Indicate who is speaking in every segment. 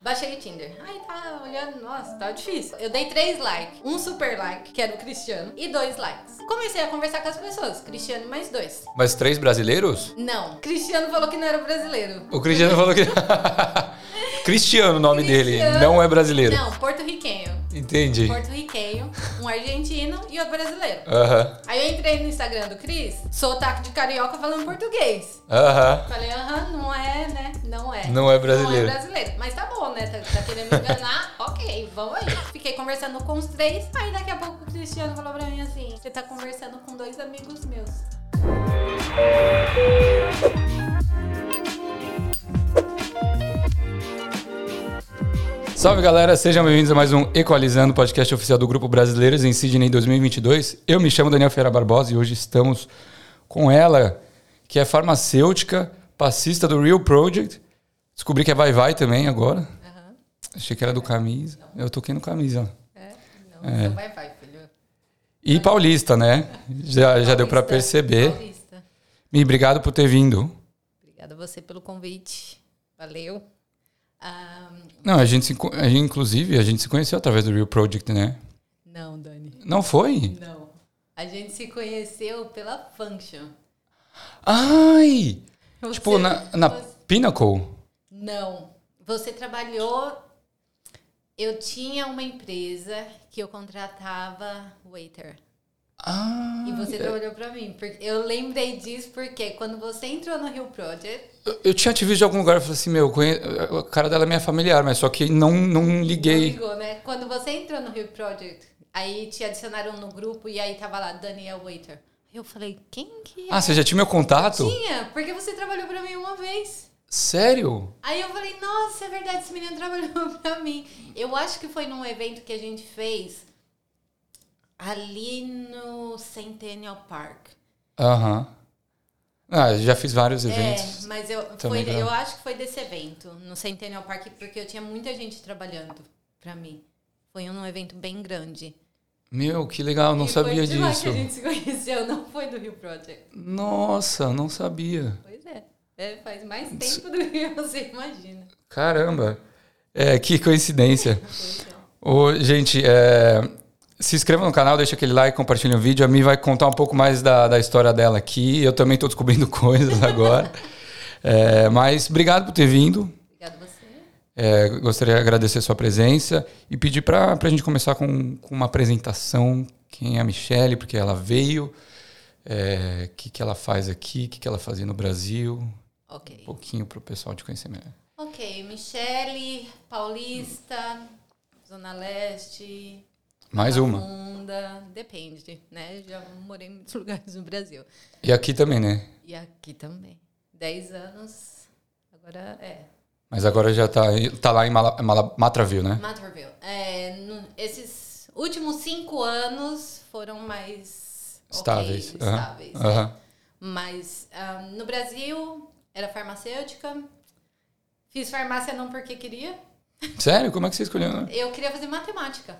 Speaker 1: Baixei o Tinder. Ai, tá olhando, nossa, tá difícil. Eu dei três likes. Um super like, que era o Cristiano, e dois likes. Comecei a conversar com as pessoas. Cristiano e mais dois.
Speaker 2: Mas três brasileiros?
Speaker 1: Não. Cristiano falou que não era brasileiro.
Speaker 2: O Cristiano falou que. Cristiano, o nome dele.
Speaker 1: Cristiano-
Speaker 2: Não é brasileiro.
Speaker 1: Não, porto-riquenho.
Speaker 2: Entendi.
Speaker 1: Porto-riquenho, um argentino e outro brasileiro.
Speaker 2: Aham.
Speaker 1: Aí eu entrei no Instagram do Cris, sou taco de carioca falando português.
Speaker 2: Aham.
Speaker 1: Falei, aham, não é, né? Não é.
Speaker 2: Não é brasileiro.
Speaker 1: Não é brasileiro. Mas tá bom, né? Tá, tá querendo me enganar? ok, vamos aí. Fiquei conversando com os três. Aí daqui a pouco o Cristiano falou pra mim assim: Você tá conversando com dois amigos meus.
Speaker 2: Salve galera, sejam bem-vindos a mais um Equalizando, podcast oficial do Grupo Brasileiros em Sydney 2022. Eu me chamo Daniel Ferreira Barbosa e hoje estamos com ela, que é farmacêutica, passista do Real Project. Descobri que é Vai Vai também agora.
Speaker 1: Aham.
Speaker 2: Achei que era do Camisa. Eu toquei no Camisa.
Speaker 1: É? Não, então vai, vai, filho.
Speaker 2: E paulista, né? Já, já deu pra
Speaker 1: Paulista,
Speaker 2: perceber.
Speaker 1: Paulista.
Speaker 2: E obrigado por ter vindo.
Speaker 1: Obrigada a você pelo convite. Valeu. Ah,
Speaker 2: Não, a gente, se co- a gente, inclusive, a gente se conheceu através do Real Project, né?
Speaker 1: não, Dani.
Speaker 2: Não foi?
Speaker 1: Não. A gente se conheceu pela Function.
Speaker 2: Ai!
Speaker 1: Você-
Speaker 2: Tipo, na, na
Speaker 1: você-
Speaker 2: Pinnacle.
Speaker 1: Não. Você trabalhou. Eu tinha uma empresa que eu contratava waiter.
Speaker 2: Ah!
Speaker 1: E você trabalhou pra mim. Porque eu lembrei disso porque quando você entrou no Rio Project,
Speaker 2: eu- Eu tinha te visto de algum lugar e falei assim, meu, conhe- a cara dela me é familiar, mas só que não, não
Speaker 1: não
Speaker 2: liguei.
Speaker 1: ligou, né? Quando você entrou no Rio Project, aí te adicionaram no grupo e aí tava lá Daniel Waiter. Eu falei, quem que é?
Speaker 2: Ah, você já tinha meu contato?
Speaker 1: tinha? Porque você trabalhou pra mim uma vez.
Speaker 2: Sério?
Speaker 1: Aí eu falei, nossa, é verdade, esse menino trabalhou pra mim. Eu acho que foi num evento que a gente fez ali no Centennial Park.
Speaker 2: Aham. Ah, já fiz vários eventos.
Speaker 1: É, mas eu,
Speaker 2: Também
Speaker 1: foi-
Speaker 2: não.
Speaker 1: eu acho que foi desse evento, no Centennial Park, porque eu tinha muita gente trabalhando pra mim. Foi um evento bem grande.
Speaker 2: Meu, que legal, não
Speaker 1: e
Speaker 2: sabia
Speaker 1: foi né? de lá que
Speaker 2: disso.
Speaker 1: a gente se conheceu, não foi do Rio Project.
Speaker 2: Nossa, não sabia.
Speaker 1: Pois é. É, faz mais tempo do que você imagina.
Speaker 2: Caramba! É, que coincidência. Ô, gente, é, se inscreva no canal, deixa aquele like, compartilha o vídeo. A Mi vai contar um pouco mais da, da história dela aqui. Eu também estou descobrindo coisas agora. É, mas obrigado por ter vindo.
Speaker 1: Obrigada a você.
Speaker 2: É, gostaria de agradecer a sua presença e pedir para a gente começar com, com uma apresentação. Quem é a Michelle, porque ela veio, é, o que, que ela faz aqui, o que, que ela fazia no Brasil.
Speaker 1: Ok.
Speaker 2: Um pouquinho para o pessoal te conhecer melhor.
Speaker 1: Ok, Michele, Paulista, Zona Leste.
Speaker 2: Mais uma.
Speaker 1: Funda, depende, né? Já morei em muitos lugares no Brasil.
Speaker 2: E aqui também, né?
Speaker 1: E aqui também. Dez anos, agora é.
Speaker 2: Mas agora já tá, tá lá em Mala, Mala, Matraville, né?
Speaker 1: Matterville. É, no- esses últimos cinco anos foram mais ok,
Speaker 2: Estáveis. Aham,
Speaker 1: estáveis.
Speaker 2: aham.
Speaker 1: Mas ah, no Brasil, era farmacêutica. Fiz farmácia não porque queria.
Speaker 2: Sério? Como é que você escolheu? Né?
Speaker 1: Eu queria fazer matemática.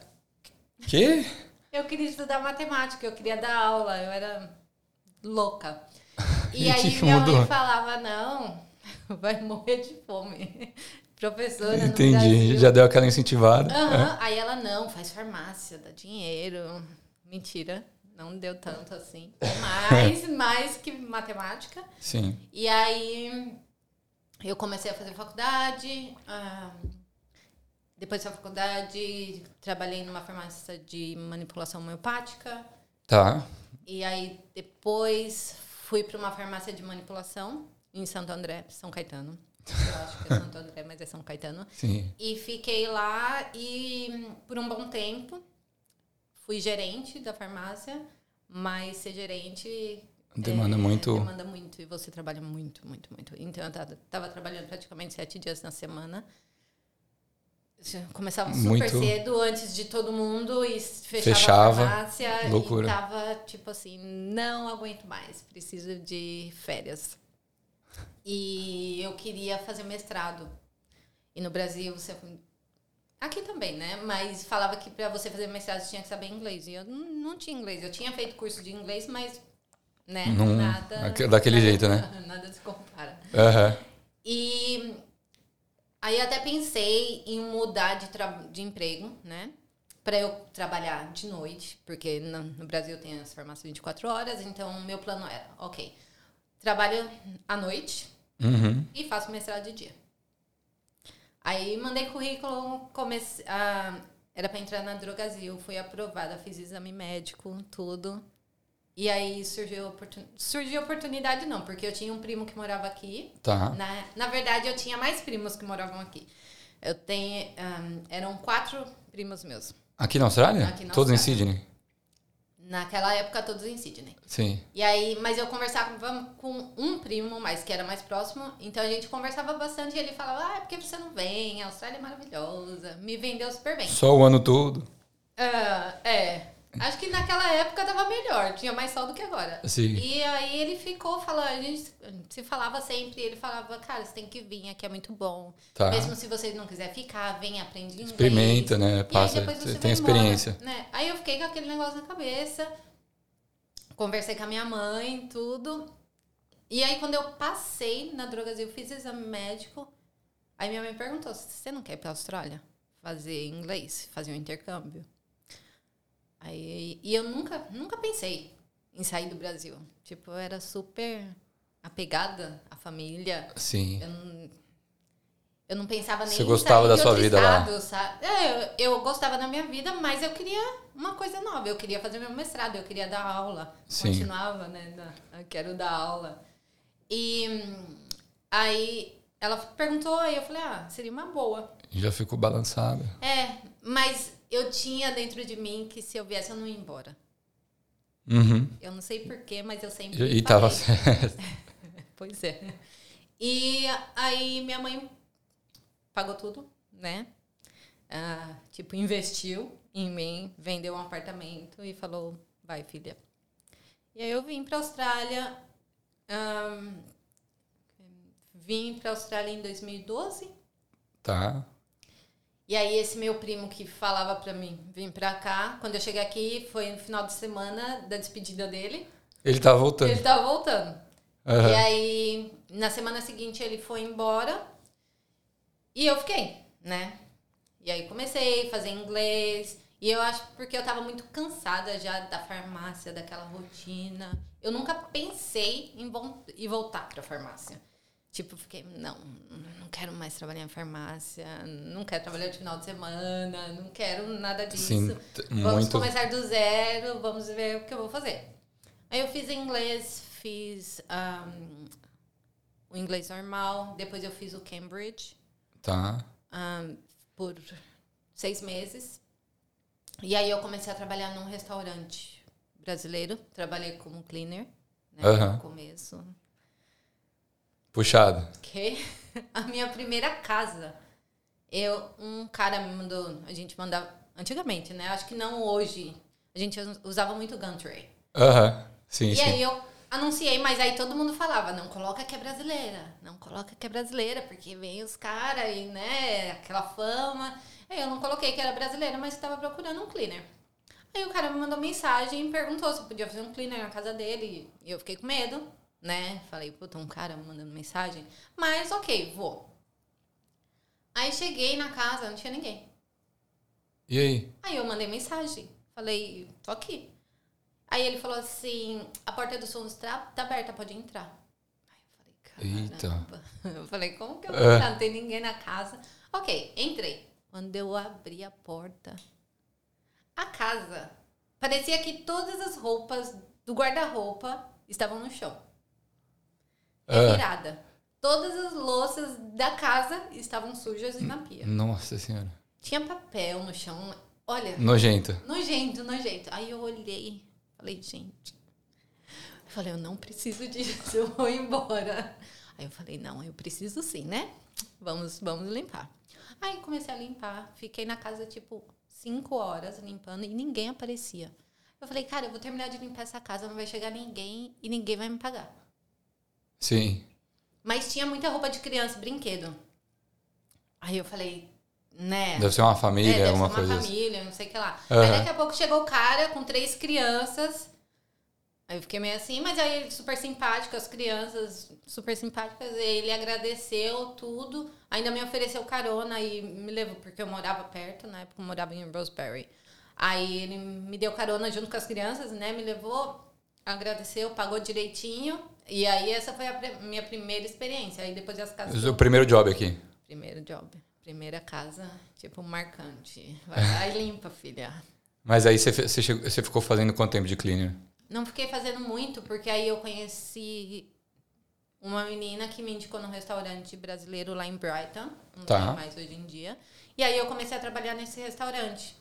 Speaker 2: Quê?
Speaker 1: Eu queria estudar matemática, eu queria dar aula, eu era louca. E,
Speaker 2: E o que
Speaker 1: aí
Speaker 2: que
Speaker 1: minha
Speaker 2: mudou?
Speaker 1: mãe falava, não, vai morrer de fome. Professora no
Speaker 2: Entendi.
Speaker 1: Brasil.
Speaker 2: Já deu aquela incentivada.
Speaker 1: Aham, Aí ela, não, faz farmácia, dá dinheiro. Mentira, não deu tanto assim. Mais, mais que matemática.
Speaker 2: Sim.
Speaker 1: E aí eu comecei a fazer faculdade. ah, depois da faculdade, trabalhei numa farmácia de manipulação homeopática.
Speaker 2: Tá.
Speaker 1: E aí depois fui para uma farmácia de manipulação em Santo André, São Caetano. Eu acho que é Santo André, mas é São Caetano.
Speaker 2: Sim.
Speaker 1: E fiquei lá e hum, por um bom tempo fui gerente da farmácia, mas ser gerente
Speaker 2: Demanda
Speaker 1: é,
Speaker 2: muito.
Speaker 1: Demanda muito e você trabalha muito, muito, muito. Então eu tava, tava trabalhando praticamente sete dias na semana. Já Começava super
Speaker 2: Muito.
Speaker 1: cedo antes de todo mundo e s- fechava,
Speaker 2: Fechava.
Speaker 1: a farmácia
Speaker 2: Loucura.
Speaker 1: e tava tipo assim, não aguento mais, preciso de férias. E eu queria fazer mestrado. E no Brasil você Aqui também, né? Mas falava que pra você fazer mestrado você tinha que saber inglês. E eu não não tinha inglês. Eu tinha feito curso de inglês, mas. Né?
Speaker 2: Não-
Speaker 1: nada.
Speaker 2: aque- daquele jeito, né?
Speaker 1: Nada se compara.
Speaker 2: Aham.
Speaker 1: E Aí até pensei em mudar de, tra- de emprego, né? Pra eu trabalhar de noite, porque no, no Brasil tem as farmácias 24 horas, então meu plano era, ok, trabalho à noite
Speaker 2: Uhum.
Speaker 1: e faço mestrado de dia. Aí mandei currículo, comecei a, era pra entrar na Drogazil, fui aprovada, fiz exame médico, tudo. E aí surgiu a oportun- surgiu a oportunidade, não, porque eu tinha um primo que morava aqui,
Speaker 2: Tá.
Speaker 1: na, na verdade, eu tinha mais primos que moravam aqui. Eu tenho. ahn, eram quatro primos meus.
Speaker 2: Aqui na Austrália?
Speaker 1: Aqui na
Speaker 2: Todos em
Speaker 1: Austrália.
Speaker 2: Sydney?
Speaker 1: Naquela época, todos em Sydney.
Speaker 2: Sim.
Speaker 1: E aí, mas eu conversava com um primo, mas que era mais próximo. Então a gente conversava bastante e ele falava: Ah, é porque você não vem, a Austrália é maravilhosa. Me vendeu super bem.
Speaker 2: Só o ano todo?
Speaker 1: Ah, é. Acho que naquela época tava melhor, tinha mais sol do que agora.
Speaker 2: Sim.
Speaker 1: E aí ele ficou falando, a gente se falava sempre, ele falava, cara, você tem que vir, aqui é muito bom.
Speaker 2: Tá.
Speaker 1: Mesmo se você não quiser ficar, vem, aprende inglês.
Speaker 2: Experimenta, né?
Speaker 1: e
Speaker 2: Passa,
Speaker 1: aí depois você
Speaker 2: você
Speaker 1: vai
Speaker 2: tem
Speaker 1: embora,
Speaker 2: experiência.
Speaker 1: né? Aí eu fiquei com aquele negócio na cabeça, conversei com a minha mãe, tudo. E aí quando eu passei na Drogazil, fiz exame médico, aí minha mãe perguntou, você não quer ir pra Austrália? Fazer inglês, fazer um intercâmbio. Aí, e eu nunca, nunca pensei em sair do Brasil. Tipo, eu era super apegada à família.
Speaker 2: Sim.
Speaker 1: Eu não, eu não pensava nem
Speaker 2: Você
Speaker 1: em
Speaker 2: gostava
Speaker 1: sair
Speaker 2: da
Speaker 1: de
Speaker 2: sua
Speaker 1: outro
Speaker 2: vida lá?
Speaker 1: estado, sabe? É, eu, eu gostava da minha vida, mas eu queria uma coisa nova. Eu queria fazer meu mestrado, eu queria dar aula.
Speaker 2: Sim.
Speaker 1: Continuava, né? na- eu quero dar aula. E hum, aí ela perguntou, aí eu falei, ah, seria uma boa.
Speaker 2: Já ficou balançada.
Speaker 1: É, mas eu tinha dentro de mim que se eu viesse eu não ia embora.
Speaker 2: Uhum.
Speaker 1: Eu não sei porquê, mas eu sempre.
Speaker 2: E, e tava
Speaker 1: falei.
Speaker 2: certo.
Speaker 1: Pois é. E aí minha mãe pagou tudo, né? Ah, tipo, investiu em mim, vendeu um apartamento e falou, vai, filha. E aí eu vim pra Austrália. ahn, vim pra Austrália em 2012.
Speaker 2: Tá.
Speaker 1: E aí esse meu primo que falava pra mim vir pra cá, quando eu cheguei aqui, foi no final de semana da despedida dele.
Speaker 2: Ele tava
Speaker 1: Ele
Speaker 2: voltando.
Speaker 1: tava voltando.
Speaker 2: Aham.
Speaker 1: E aí, na semana seguinte, ele foi embora e eu fiquei, né? E aí comecei a fazer inglês. E eu acho porque eu tava muito cansada já da farmácia, daquela rotina. Eu nunca pensei em, vol- em voltar pra farmácia. Tipo, fiquei, não, não quero mais trabalhar em farmácia, não quero trabalhar de final de semana, não quero nada disso.
Speaker 2: Sim, t-
Speaker 1: Vamos
Speaker 2: muito.
Speaker 1: começar do zero, vamos ver o que eu vou fazer. Aí eu fiz inglês, fiz ahm, o inglês normal, depois eu fiz o Cambridge
Speaker 2: Tá.
Speaker 1: ahm, por seis meses. E aí eu comecei a trabalhar num restaurante brasileiro, trabalhei como cleaner né,
Speaker 2: Aham.
Speaker 1: no começo.
Speaker 2: Puxado.
Speaker 1: Que a minha primeira casa, eu um cara me mandou, a gente mandava antigamente, né? Acho que não hoje. A gente usava muito Gumtree.
Speaker 2: Aham. Sim,
Speaker 1: E
Speaker 2: sim.
Speaker 1: aí eu anunciei, mas aí todo mundo falava, não coloca que é brasileira, não coloca que é brasileira, porque vem os caras e, né, aquela fama. Aí eu não coloquei que era brasileira, mas estava procurando um cleaner. Aí o cara me mandou mensagem e perguntou se eu podia fazer um cleaner na casa dele. E eu fiquei com medo, né? Falei, puta, um cara me mandando mensagem. Mas ok, vou. Aí cheguei na casa, não tinha ninguém.
Speaker 2: E aí?
Speaker 1: Aí eu mandei mensagem. Falei, tô aqui. Aí ele falou assim, a porta do som está tá aberta, pode entrar. Aí eu falei,
Speaker 2: Eita.
Speaker 1: caramba. Eu falei, como que eu
Speaker 2: É.
Speaker 1: vou entrar? Não tem ninguém na casa. Ok, entrei. Quando eu abri a porta, a casa, parecia que todas as roupas do guarda-roupa estavam no chão. É
Speaker 2: Ah.
Speaker 1: Virada. Todas as louças da casa estavam sujas e na pia.
Speaker 2: Nossa senhora.
Speaker 1: Tinha papel no chão. Olha,
Speaker 2: Nojenta.
Speaker 1: Nojento, nojento. Aí eu olhei, falei, gente. Eu falei, eu não preciso disso, eu vou embora. Aí eu falei, não, eu preciso sim, né? Vamos, vamos limpar. Aí comecei a limpar, fiquei na casa tipo cinco horas limpando e ninguém aparecia. Eu falei, cara, eu vou terminar de limpar essa casa, não vai chegar ninguém e ninguém vai me pagar.
Speaker 2: Sim.
Speaker 1: Mas tinha muita roupa de criança, brinquedo. Aí eu falei, né?
Speaker 2: Deve ser uma família,
Speaker 1: deve ser
Speaker 2: alguma
Speaker 1: uma
Speaker 2: coisa assim.
Speaker 1: família, não sei o que lá.
Speaker 2: Aham.
Speaker 1: Aí daqui a pouco chegou o cara com três crianças. Aí eu fiquei meio assim, mas aí ele super simpático, as crianças super simpáticas, e ele agradeceu tudo, ainda me ofereceu carona e me levou, porque eu morava perto, na época eu morava em Roseberry. Aí ele me deu carona junto com as crianças, né? Me levou, agradeceu, pagou direitinho. E aí essa foi a pre- minha primeira experiência. Aí depois as casas.
Speaker 2: assim. O primeiro job aqui.
Speaker 1: Primeiro job. Primeira casa, tipo, marcante. Vai lá e limpa, filha.
Speaker 2: Mas aí você, fe- você, chegou- você ficou fazendo quanto tempo de cleaner?
Speaker 1: Não fiquei fazendo muito, porque aí eu conheci uma menina que me indicou num restaurante brasileiro lá em Brighton. Não
Speaker 2: Tá.
Speaker 1: tem mais hoje em dia. E aí eu comecei a trabalhar nesse restaurante.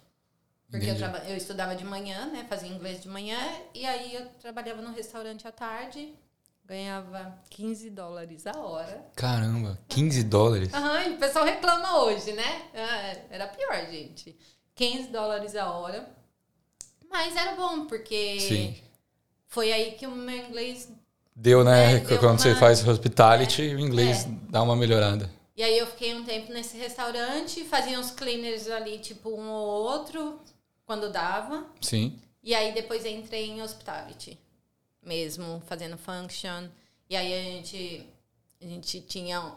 Speaker 1: Porque eu,
Speaker 2: Entendi.
Speaker 1: traba- eu estudava de manhã, né? Fazia inglês de manhã. E aí eu trabalhava num restaurante à tarde. Ganhava 15 dólares a hora.
Speaker 2: Caramba, 15 dólares?
Speaker 1: Aham, e o pessoal reclama hoje, né? Ah, Era pior, gente. 15 dólares a hora. Mas era bom, porque
Speaker 2: Sim.
Speaker 1: foi aí que o meu inglês.
Speaker 2: Deu, né?
Speaker 1: É, deu
Speaker 2: quando você
Speaker 1: uma-
Speaker 2: faz hospitality, o inglês
Speaker 1: É.
Speaker 2: dá uma melhorada.
Speaker 1: E aí eu fiquei um tempo nesse restaurante, fazia uns cleaners ali, tipo um ou outro, quando dava.
Speaker 2: Sim.
Speaker 1: E aí depois entrei em hospitality mesmo, fazendo function. E aí a gente, a gente tinha.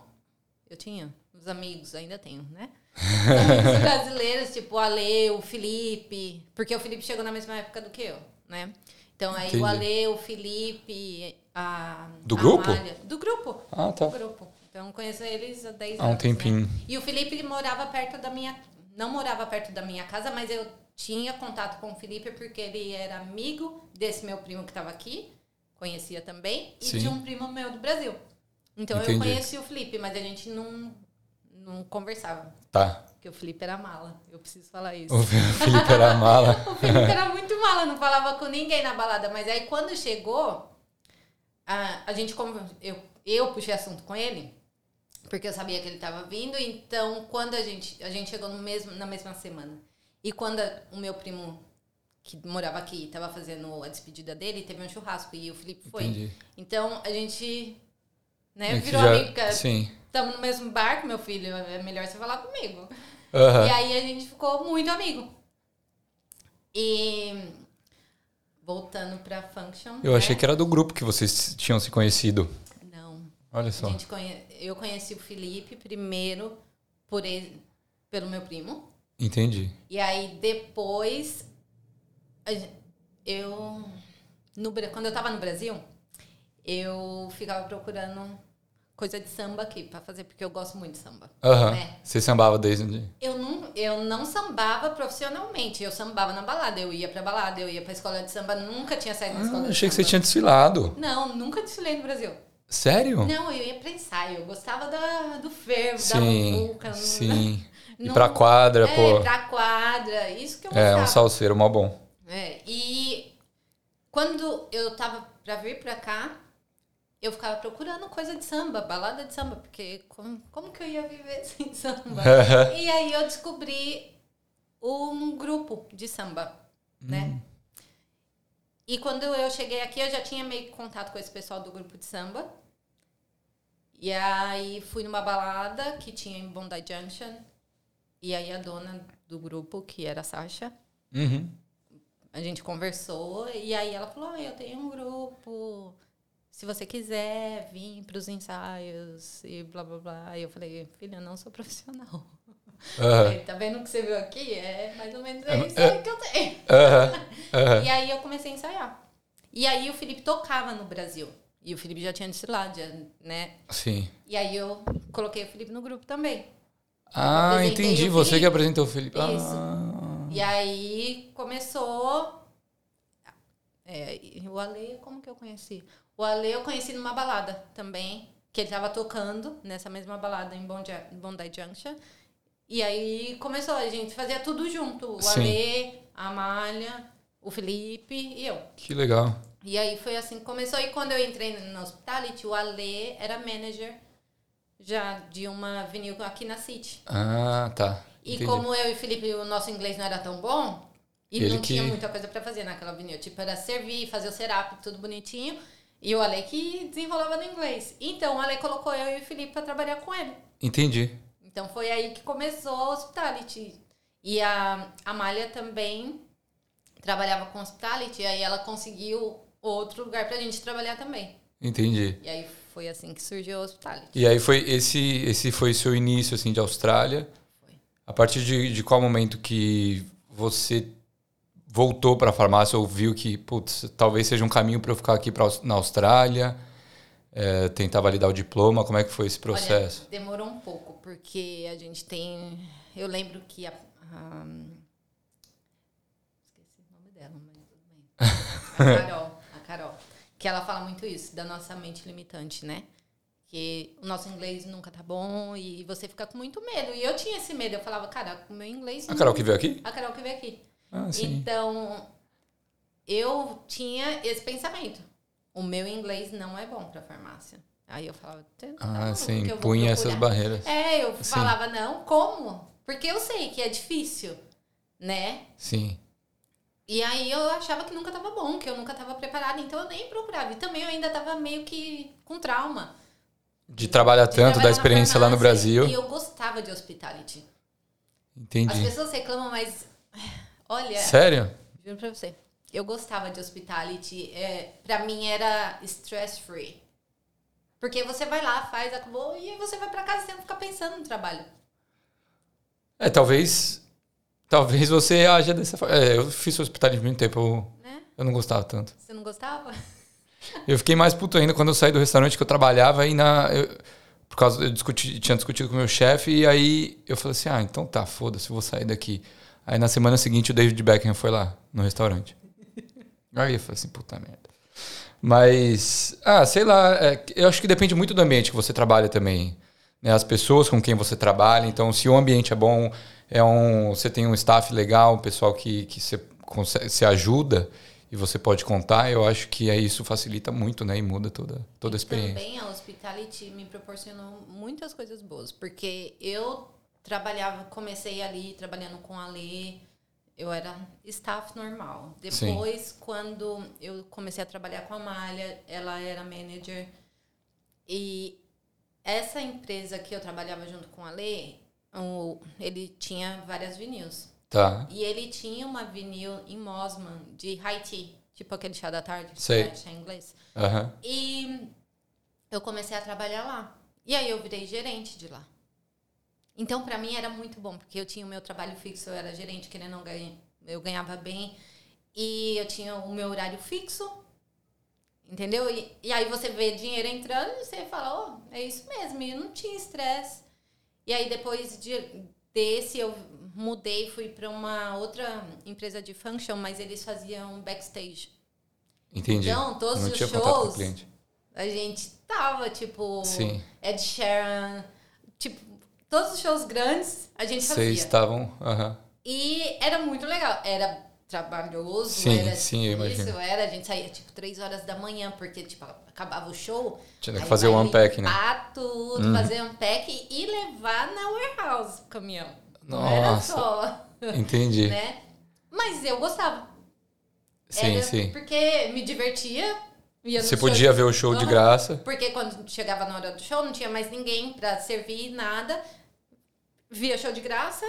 Speaker 1: Eu tinha os amigos, ainda tenho, né? Os brasileiros, tipo o Ale, o Felipe. Porque o Felipe chegou na mesma época do que eu, né? Então aí
Speaker 2: Entendi.
Speaker 1: o Ale, o Felipe, a.
Speaker 2: Do
Speaker 1: a
Speaker 2: grupo?
Speaker 1: Amália- do grupo.
Speaker 2: Ah, tá.
Speaker 1: Do grupo. Então conheço eles há 10
Speaker 2: Há um
Speaker 1: anos. né?
Speaker 2: tempinho.
Speaker 1: E o Felipe ele morava perto da minha. Não morava perto da minha casa, mas eu tinha contato com o Felipe porque ele era amigo desse meu primo que estava aqui, conhecia também, e
Speaker 2: Sim.
Speaker 1: de um primo meu do Brasil. Então
Speaker 2: Entendi.
Speaker 1: eu conheci o Felipe, mas a gente não, não conversava.
Speaker 2: Tá.
Speaker 1: Porque o Felipe era mala. Eu preciso falar isso.
Speaker 2: O Felipe era mala.
Speaker 1: O Felipe Então, era muito mala, não falava com ninguém na balada. Mas aí quando chegou, a, a gente como eu, eu puxei assunto com ele, porque eu sabia que ele estava vindo. Então quando a gente a gente chegou no mesmo na mesma semana e quando a- o meu primo que morava aqui estava fazendo a despedida dele, teve um churrasco e o Felipe foi.
Speaker 2: Entendi.
Speaker 1: Então a gente né,
Speaker 2: É que
Speaker 1: virou
Speaker 2: já-
Speaker 1: amigo.
Speaker 2: Sim.
Speaker 1: Estamos no mesmo barco, meu filho. É melhor você falar comigo.
Speaker 2: Aham.
Speaker 1: E aí a gente ficou muito amigo. E voltando pra Function. né?
Speaker 2: Eu achei que era do grupo que vocês tinham se conhecido.
Speaker 1: Não.
Speaker 2: Olha
Speaker 1: A
Speaker 2: só.
Speaker 1: gente conhe... Eu conheci o Felipe primeiro por ele... pelo meu primo.
Speaker 2: Entendi.
Speaker 1: E aí depois a gen- eu. No... Bra- Quando eu tava no Brasil, eu ficava procurando coisa de samba aqui pra fazer, porque eu gosto muito de samba.
Speaker 2: Aham.
Speaker 1: É.
Speaker 2: Você sambava desde. onde?
Speaker 1: Eu não, eu não sambava profissionalmente, eu sambava na balada, eu ia pra balada, eu ia pra escola de samba, nunca tinha saído da escola
Speaker 2: Ah,
Speaker 1: de
Speaker 2: achei que você
Speaker 1: samba.
Speaker 2: tinha desfilado.
Speaker 1: Não, nunca desfilei no Brasil.
Speaker 2: Sério?
Speaker 1: Não, eu ia pra ensaio, eu gostava da, do fervo, da
Speaker 2: sim.
Speaker 1: muvuca. não-
Speaker 2: sim. E
Speaker 1: não-
Speaker 2: pra quadra,
Speaker 1: é,
Speaker 2: pô.
Speaker 1: pra quadra, isso que eu
Speaker 2: É,
Speaker 1: gostava.
Speaker 2: um salseiro mó bom.
Speaker 1: É, e quando eu tava pra vir pra cá, eu ficava procurando coisa de samba, balada de samba, porque como, como que eu ia viver sem samba? e aí eu descobri um grupo de samba, né? E quando eu cheguei aqui, eu já tinha meio que contato com esse pessoal do grupo de samba. E aí fui numa balada que tinha em Bondi Junction. E aí a dona do grupo, que era a Sasha,
Speaker 2: Uhum.
Speaker 1: a gente conversou e aí ela falou: "Ah, Eu tenho um grupo. Se você quiser vir para os ensaios e blá blá blá. E eu falei: Filha, eu não sou profissional.
Speaker 2: Aham.
Speaker 1: Falei, tá vendo o que você viu aqui? É mais ou menos
Speaker 2: É,
Speaker 1: isso
Speaker 2: é.
Speaker 1: aí que eu tenho.
Speaker 2: Aham. Aham.
Speaker 1: E aí eu comecei a ensaiar. E aí o Felipe tocava no Brasil. E o Felipe já tinha desfilado, já, né?
Speaker 2: Sim.
Speaker 1: E aí eu coloquei o Felipe no grupo também.
Speaker 2: Ah,
Speaker 1: apresentei
Speaker 2: entendi.
Speaker 1: o
Speaker 2: Você que
Speaker 1: Felipe.
Speaker 2: apresentou o Felipe.
Speaker 1: Isso.
Speaker 2: Ah.
Speaker 1: E aí começou. É, e o Ale, como que eu conheci? O Ale eu conheci numa balada também, que ele tava tocando nessa mesma balada em Bondi, Bondi Junction. E aí começou, a gente fazia tudo junto. O
Speaker 2: Sim.
Speaker 1: Ale, a Amália, o Felipe e eu.
Speaker 2: Que legal.
Speaker 1: E aí foi assim que começou. E quando eu entrei no Hospitality, o Ale era manager já de uma vinil aqui na City.
Speaker 2: Ah, tá.
Speaker 1: E
Speaker 2: Entendi.
Speaker 1: como eu e o Felipe, o nosso inglês não era tão bom, e
Speaker 2: Ele
Speaker 1: não tinha
Speaker 2: que-
Speaker 1: muita coisa pra fazer naquela avenida. Tipo, era servir, fazer o setup, tudo bonitinho. E o Ale que desenrolava no inglês. Então, o Ale colocou eu e o Felipe pra trabalhar com ele.
Speaker 2: Entendi.
Speaker 1: Então, foi aí que começou a hospitality. E a Amália também trabalhava com hospitality. Aí, ela conseguiu outro lugar pra gente trabalhar também.
Speaker 2: Entendi.
Speaker 1: E aí foi assim que surgiu o Hospitality.
Speaker 2: E aí foi esse esse foi seu início assim de Austrália.
Speaker 1: Foi.
Speaker 2: A partir de, de qual momento que você voltou para a farmácia ou viu que putz, talvez seja um caminho para eu ficar aqui pra, Aus- na Austrália, é, tentar validar o diploma? Como é que foi esse processo?
Speaker 1: Olha, demorou um pouco, porque a gente tem. Eu lembro que a. a- esqueci o nome dela, mas tudo bem. A Carol, a Carol. Que ela fala muito isso, da nossa mente limitante, né? Que o nosso inglês nunca tá bom e você fica com muito medo. E eu tinha esse medo, eu falava, cara, o meu inglês.
Speaker 2: A Carol que veio aqui?
Speaker 1: A Carol que veio aqui.
Speaker 2: Ah, sim.
Speaker 1: Então, eu tinha esse pensamento. O meu inglês não é bom para farmácia. Aí eu falava, "Tá
Speaker 2: Ah,
Speaker 1: bom,
Speaker 2: sim.
Speaker 1: que eu vou
Speaker 2: Punha essas
Speaker 1: procurar."
Speaker 2: barreiras.
Speaker 1: É, eu
Speaker 2: Sim.
Speaker 1: falava, não, como? Porque eu sei que é difícil, né?
Speaker 2: Sim.
Speaker 1: E aí eu achava que nunca tava bom, que eu nunca tava preparada, então eu nem procurava. E também eu ainda tava meio que com trauma.
Speaker 2: De trabalhar
Speaker 1: de
Speaker 2: tanto,
Speaker 1: trabalhar
Speaker 2: da
Speaker 1: na
Speaker 2: experiência lá no
Speaker 1: farmácia.
Speaker 2: Brasil.
Speaker 1: E eu gostava de hospitality. As
Speaker 2: Entendi.
Speaker 1: pessoas reclamam, mas olha,
Speaker 2: Sério?
Speaker 1: Juro pra você. Eu gostava de hospitality. É, pra mim era stress free. Porque você vai lá, faz, acabou, e aí você vai pra casa sem ficar pensando no trabalho.
Speaker 2: É, talvez. Talvez você haja dessa forma. É, eu fiz hospital de muito tempo, eu,
Speaker 1: Né?
Speaker 2: eu não gostava tanto.
Speaker 1: Você não gostava?
Speaker 2: Eu fiquei mais puto ainda quando eu saí do restaurante que eu trabalhava e na. eu- por causa. Eu discuti- tinha discutido com o meu chefe e aí eu falei assim: ah, então tá, foda-se, eu vou sair daqui. Aí na semana seguinte o David Beckham foi lá, no restaurante. Aí eu falei assim: puta merda. Mas. Ah, sei lá. é, eu acho que depende muito do ambiente que você trabalha também. né? As pessoas com quem você trabalha. Então, se o ambiente é bom, é um, você tem um staff legal, um pessoal que, que você consegue, se ajuda e você pode contar, eu acho que é, isso facilita muito, né? E muda toda, toda a experiência.
Speaker 1: Também a hospitality me proporcionou muitas coisas boas. Porque eu trabalhava, comecei ali trabalhando com a Lê. Eu era staff normal.
Speaker 2: Sim.
Speaker 1: Depois, quando eu comecei a trabalhar com a Malha, ela era manager. E essa empresa que eu trabalhava junto com a Lê, o- ele tinha várias vinils.
Speaker 2: Tá.
Speaker 1: E ele tinha uma vinil em Mosman, de high tea. Tipo aquele chá da tarde,
Speaker 2: Sei.
Speaker 1: né, chá inglês.
Speaker 2: Aham.
Speaker 1: E eu comecei a trabalhar lá. E aí eu virei gerente de lá. Então, pra mim era muito bom, porque eu tinha o meu trabalho fixo, eu era gerente, querendo ou não, ganha- eu ganhava bem. E eu tinha o meu horário fixo, entendeu? E, e aí você vê dinheiro entrando e você fala, oh, é isso mesmo, e eu não tinha estresse. E aí depois de, desse eu mudei, fui pra uma outra empresa de function, mas eles faziam backstage.
Speaker 2: Entendi.
Speaker 1: Então, todos
Speaker 2: Eu não
Speaker 1: os
Speaker 2: tinha contato com o
Speaker 1: shows-
Speaker 2: cliente.
Speaker 1: A gente tava, tipo,
Speaker 2: Sim.
Speaker 1: Ed Sheeran, tipo, todos os shows grandes a gente fazia.
Speaker 2: Vocês estavam. Aham.
Speaker 1: E era muito legal. Era trabalhoso,
Speaker 2: Sim,
Speaker 1: era
Speaker 2: sim, eu
Speaker 1: difícil,
Speaker 2: imagino.
Speaker 1: era, a gente saía tipo 3 horas da manhã, porque tipo, acabava o show.
Speaker 2: Tinha que
Speaker 1: aí
Speaker 2: fazer o
Speaker 1: vai
Speaker 2: unpack, né? Uhum.
Speaker 1: limpar tudo, fazer unpack e levar na warehouse o caminhão. Não era
Speaker 2: Nossa.
Speaker 1: só,
Speaker 2: Entendi.
Speaker 1: né? Mas eu gostava.
Speaker 2: Sim,
Speaker 1: Era
Speaker 2: sim.
Speaker 1: Porque me divertia. ia no
Speaker 2: Você
Speaker 1: show.
Speaker 2: podia ver o show de
Speaker 1: Aham.
Speaker 2: graça.
Speaker 1: Porque quando chegava na hora do show, não tinha mais ninguém pra servir, nada. Via show de graça.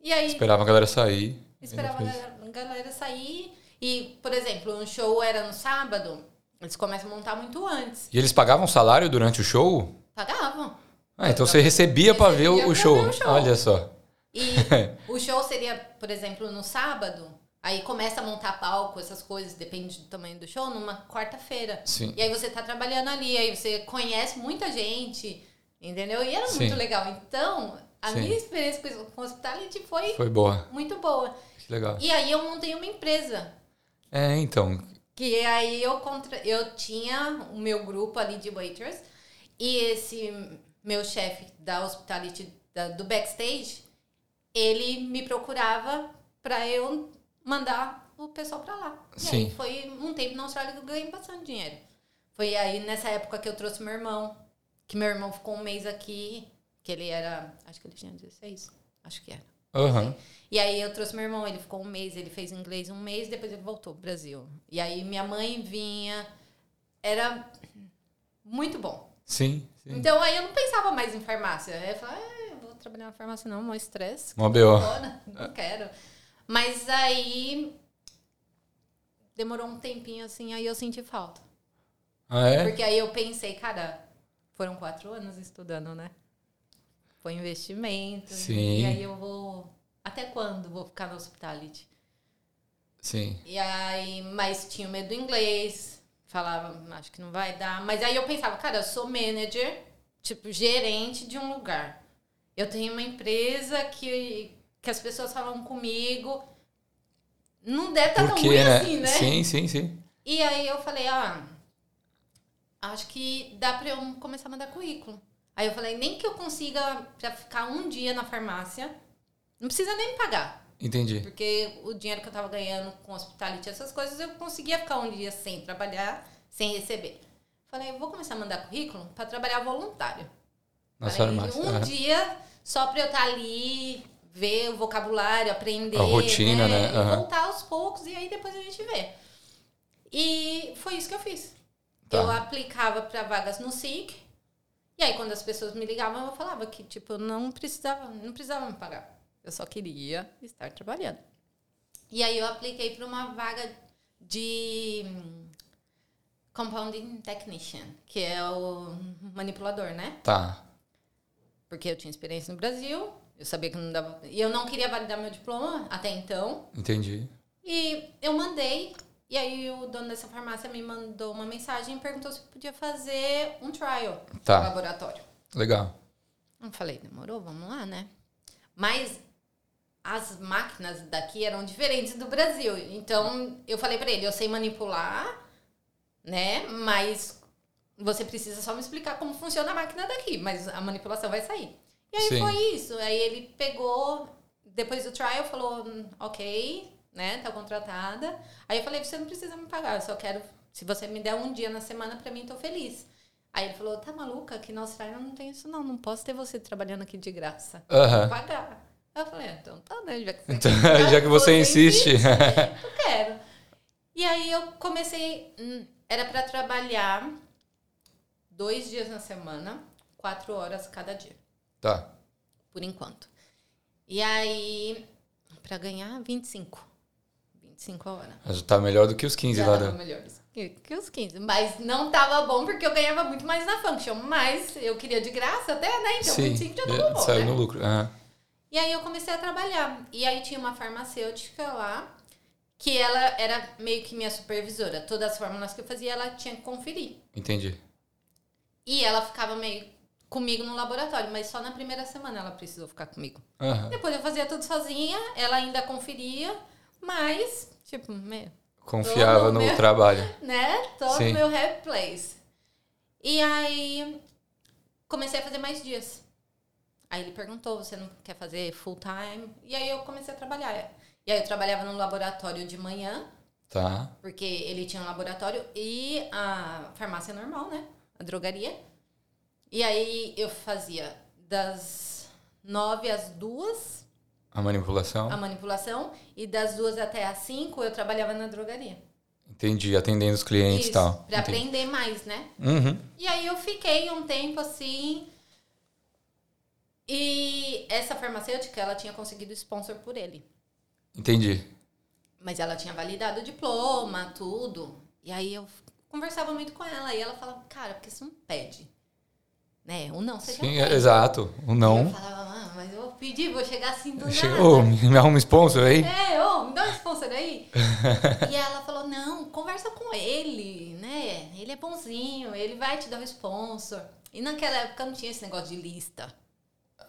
Speaker 1: E aí
Speaker 2: Esperava a galera sair.
Speaker 1: esperava a
Speaker 2: Depois-
Speaker 1: galera, a galera sair. E, por exemplo, um show era no sábado, eles começam a montar muito antes.
Speaker 2: E eles pagavam salário durante o show?
Speaker 1: Pagavam.
Speaker 2: Ah, então você recebia pra ver
Speaker 1: Recebia
Speaker 2: o
Speaker 1: pra
Speaker 2: show.
Speaker 1: ver o show.
Speaker 2: Olha só.
Speaker 1: E o show seria, por exemplo, no sábado. Aí começa a montar palco, essas coisas, depende do tamanho do show, numa quarta-feira.
Speaker 2: Sim.
Speaker 1: E aí você tá trabalhando ali, aí você conhece muita gente, entendeu? E era
Speaker 2: Sim.
Speaker 1: muito legal. Então, a
Speaker 2: Sim.
Speaker 1: minha experiência com com hospitality foi
Speaker 2: Foi boa.
Speaker 1: muito boa.
Speaker 2: Que legal.
Speaker 1: E aí eu montei uma empresa
Speaker 2: É, então.
Speaker 1: Que aí eu contra... eu tinha o meu grupo ali de waiters e esse meu chefe da hospitality da- do backstage, ele me procurava pra eu mandar o pessoal pra lá. E
Speaker 2: Sim.
Speaker 1: aí foi um tempo na Austrália que eu ganhei bastante dinheiro. Foi aí nessa época que eu trouxe meu irmão, que meu irmão ficou um mês aqui, que ele era, acho que ele tinha 16, acho que é. era.
Speaker 2: Aham.
Speaker 1: E aí eu trouxe meu irmão, ele ficou um mês, ele fez inglês um mês, depois ele voltou pro Brasil. E aí minha mãe vinha, era muito bom.
Speaker 2: Sim, sim.
Speaker 1: Então aí eu não pensava mais em farmácia. Aí eu falava, ah, eu vou trabalhar na farmácia não, mó estresse,
Speaker 2: É. Mó BO.
Speaker 1: fora, não quero. Mas aí demorou um tempinho assim, aí eu senti falta.
Speaker 2: Ah, é?
Speaker 1: Porque aí eu pensei, cara, foram quatro anos estudando, né? Foi investimento.
Speaker 2: Sim.
Speaker 1: E aí eu vou. Até quando vou ficar no hospitality?
Speaker 2: Sim.
Speaker 1: E aí, mas tinha o medo do inglês, falava, acho que não vai dar. Mas aí eu pensava, cara, eu sou manager, tipo, gerente de um lugar. Eu tenho uma empresa que, que as pessoas falam comigo. Não deve estar tão
Speaker 2: Porque,
Speaker 1: ruim
Speaker 2: né?
Speaker 1: assim, né?
Speaker 2: Sim, sim, sim.
Speaker 1: E aí eu falei, ah, acho que dá pra eu começar a mandar currículo. Aí eu falei, nem que eu consiga pra ficar um dia na farmácia, não precisa nem me pagar.
Speaker 2: Entendi.
Speaker 1: Porque o dinheiro que eu tava ganhando com hospitality, essas coisas, eu conseguia ficar um dia sem trabalhar, sem receber. Falei, eu vou começar a mandar currículo pra trabalhar voluntário.
Speaker 2: Na sua
Speaker 1: Falei,
Speaker 2: farmácia.
Speaker 1: um
Speaker 2: Ah,
Speaker 1: dia só pra eu estar ali, ver o vocabulário, aprender.
Speaker 2: A rotina, né?
Speaker 1: E
Speaker 2: Aham.
Speaker 1: voltar aos poucos e aí depois a gente vê. E foi isso que eu fiz.
Speaker 2: Tá.
Speaker 1: Eu aplicava pra vagas no SIC. E aí quando as pessoas me ligavam, eu falava que tipo, eu não precisava, não precisava me pagar. Eu só queria estar trabalhando. E aí eu apliquei pra uma vaga de hum, compounding technician, que é o manipulador, né?
Speaker 2: Tá.
Speaker 1: porque eu tinha experiência no Brasil, eu sabia que não dava. E eu não queria validar meu diploma até então.
Speaker 2: Entendi.
Speaker 1: E eu mandei, e aí o dono dessa farmácia me mandou uma mensagem e perguntou se eu podia fazer um trial
Speaker 2: Tá.
Speaker 1: no laboratório.
Speaker 2: Legal.
Speaker 1: Eu falei, demorou, vamos lá, né? Mas as máquinas daqui eram diferentes do Brasil. Então eu falei pra ele, eu sei manipular, né? Mas você precisa só me explicar como funciona a máquina daqui, mas a manipulação vai sair. E aí
Speaker 2: Sim.
Speaker 1: foi isso. Aí ele pegou, depois do trial, falou, "Hum, ok, né? Tá contratada. Aí eu falei, você não precisa me pagar, eu só quero. Se você me der um dia na semana pra mim, tô feliz. Aí ele falou, tá maluca? Aqui na Austrália não tem isso, não. Não posso ter você trabalhando aqui de graça
Speaker 2: Aham.
Speaker 1: pagar. Aí Eu falei, ah, então tá, né? Já que você,
Speaker 2: Então, já que você insiste.
Speaker 1: eu quero. E aí eu comecei, hum, era pra trabalhar dois dias na semana, quatro horas cada dia,
Speaker 2: Tá.
Speaker 1: por enquanto. E aí, pra ganhar 25. 25 a hora.
Speaker 2: Já tá melhor do que os 15
Speaker 1: Já tá
Speaker 2: lá
Speaker 1: tava
Speaker 2: da.
Speaker 1: melhor que, que os 15. Mas não tava bom porque eu ganhava muito mais na function. Mas eu queria de graça até, né? Então 25 já tava
Speaker 2: já
Speaker 1: bom.
Speaker 2: É, saiu
Speaker 1: né?
Speaker 2: no lucro. Aham.
Speaker 1: E aí eu comecei a trabalhar. E aí tinha uma farmacêutica lá, que ela era meio que minha supervisora. Todas as fórmulas que eu fazia, ela tinha que conferir.
Speaker 2: Entendi.
Speaker 1: E ela ficava meio comigo no laboratório, mas só na primeira semana ela precisou ficar comigo.
Speaker 2: Aham.
Speaker 1: Depois eu fazia tudo sozinha, ela ainda conferia, mas, tipo, meio,
Speaker 2: Confiava
Speaker 1: Tô
Speaker 2: no
Speaker 1: no meu-
Speaker 2: trabalho.
Speaker 1: né? Tô
Speaker 2: Sim.
Speaker 1: no meu happy place. E aí comecei a fazer mais dias. Aí ele perguntou, você não quer fazer full time? E aí eu comecei a trabalhar. E aí eu trabalhava no laboratório de manhã,
Speaker 2: Tá.
Speaker 1: porque ele tinha um laboratório e a farmácia normal, né? A drogaria. E aí eu fazia das nove às duas
Speaker 2: A manipulação.
Speaker 1: a manipulação e das duas até às cinco eu trabalhava na drogaria.
Speaker 2: Entendi. Atendendo os clientes e tal.
Speaker 1: pra
Speaker 2: Entendi.
Speaker 1: aprender mais, né?
Speaker 2: Uhum.
Speaker 1: E aí eu fiquei um tempo assim. E essa farmacêutica, ela tinha conseguido sponsor por ele.
Speaker 2: Entendi.
Speaker 1: Mas ela tinha validado o diploma, tudo. E aí eu conversava muito com ela. E ela falava, cara, porque você não pede? Né? O não, você já
Speaker 2: Sim,
Speaker 1: pede.
Speaker 2: é- exato. O
Speaker 1: Eu
Speaker 2: não.
Speaker 1: falava, ah, mas eu vou pedir, vou chegar assim do
Speaker 2: Chega,
Speaker 1: nada.
Speaker 2: Ô, me me arruma um sponsor aí?
Speaker 1: É, ô, me dá um sponsor aí. e ela falou, não, conversa com ele, né? Ele é bonzinho, ele vai te dar o sponsor. E naquela época não tinha esse negócio de lista.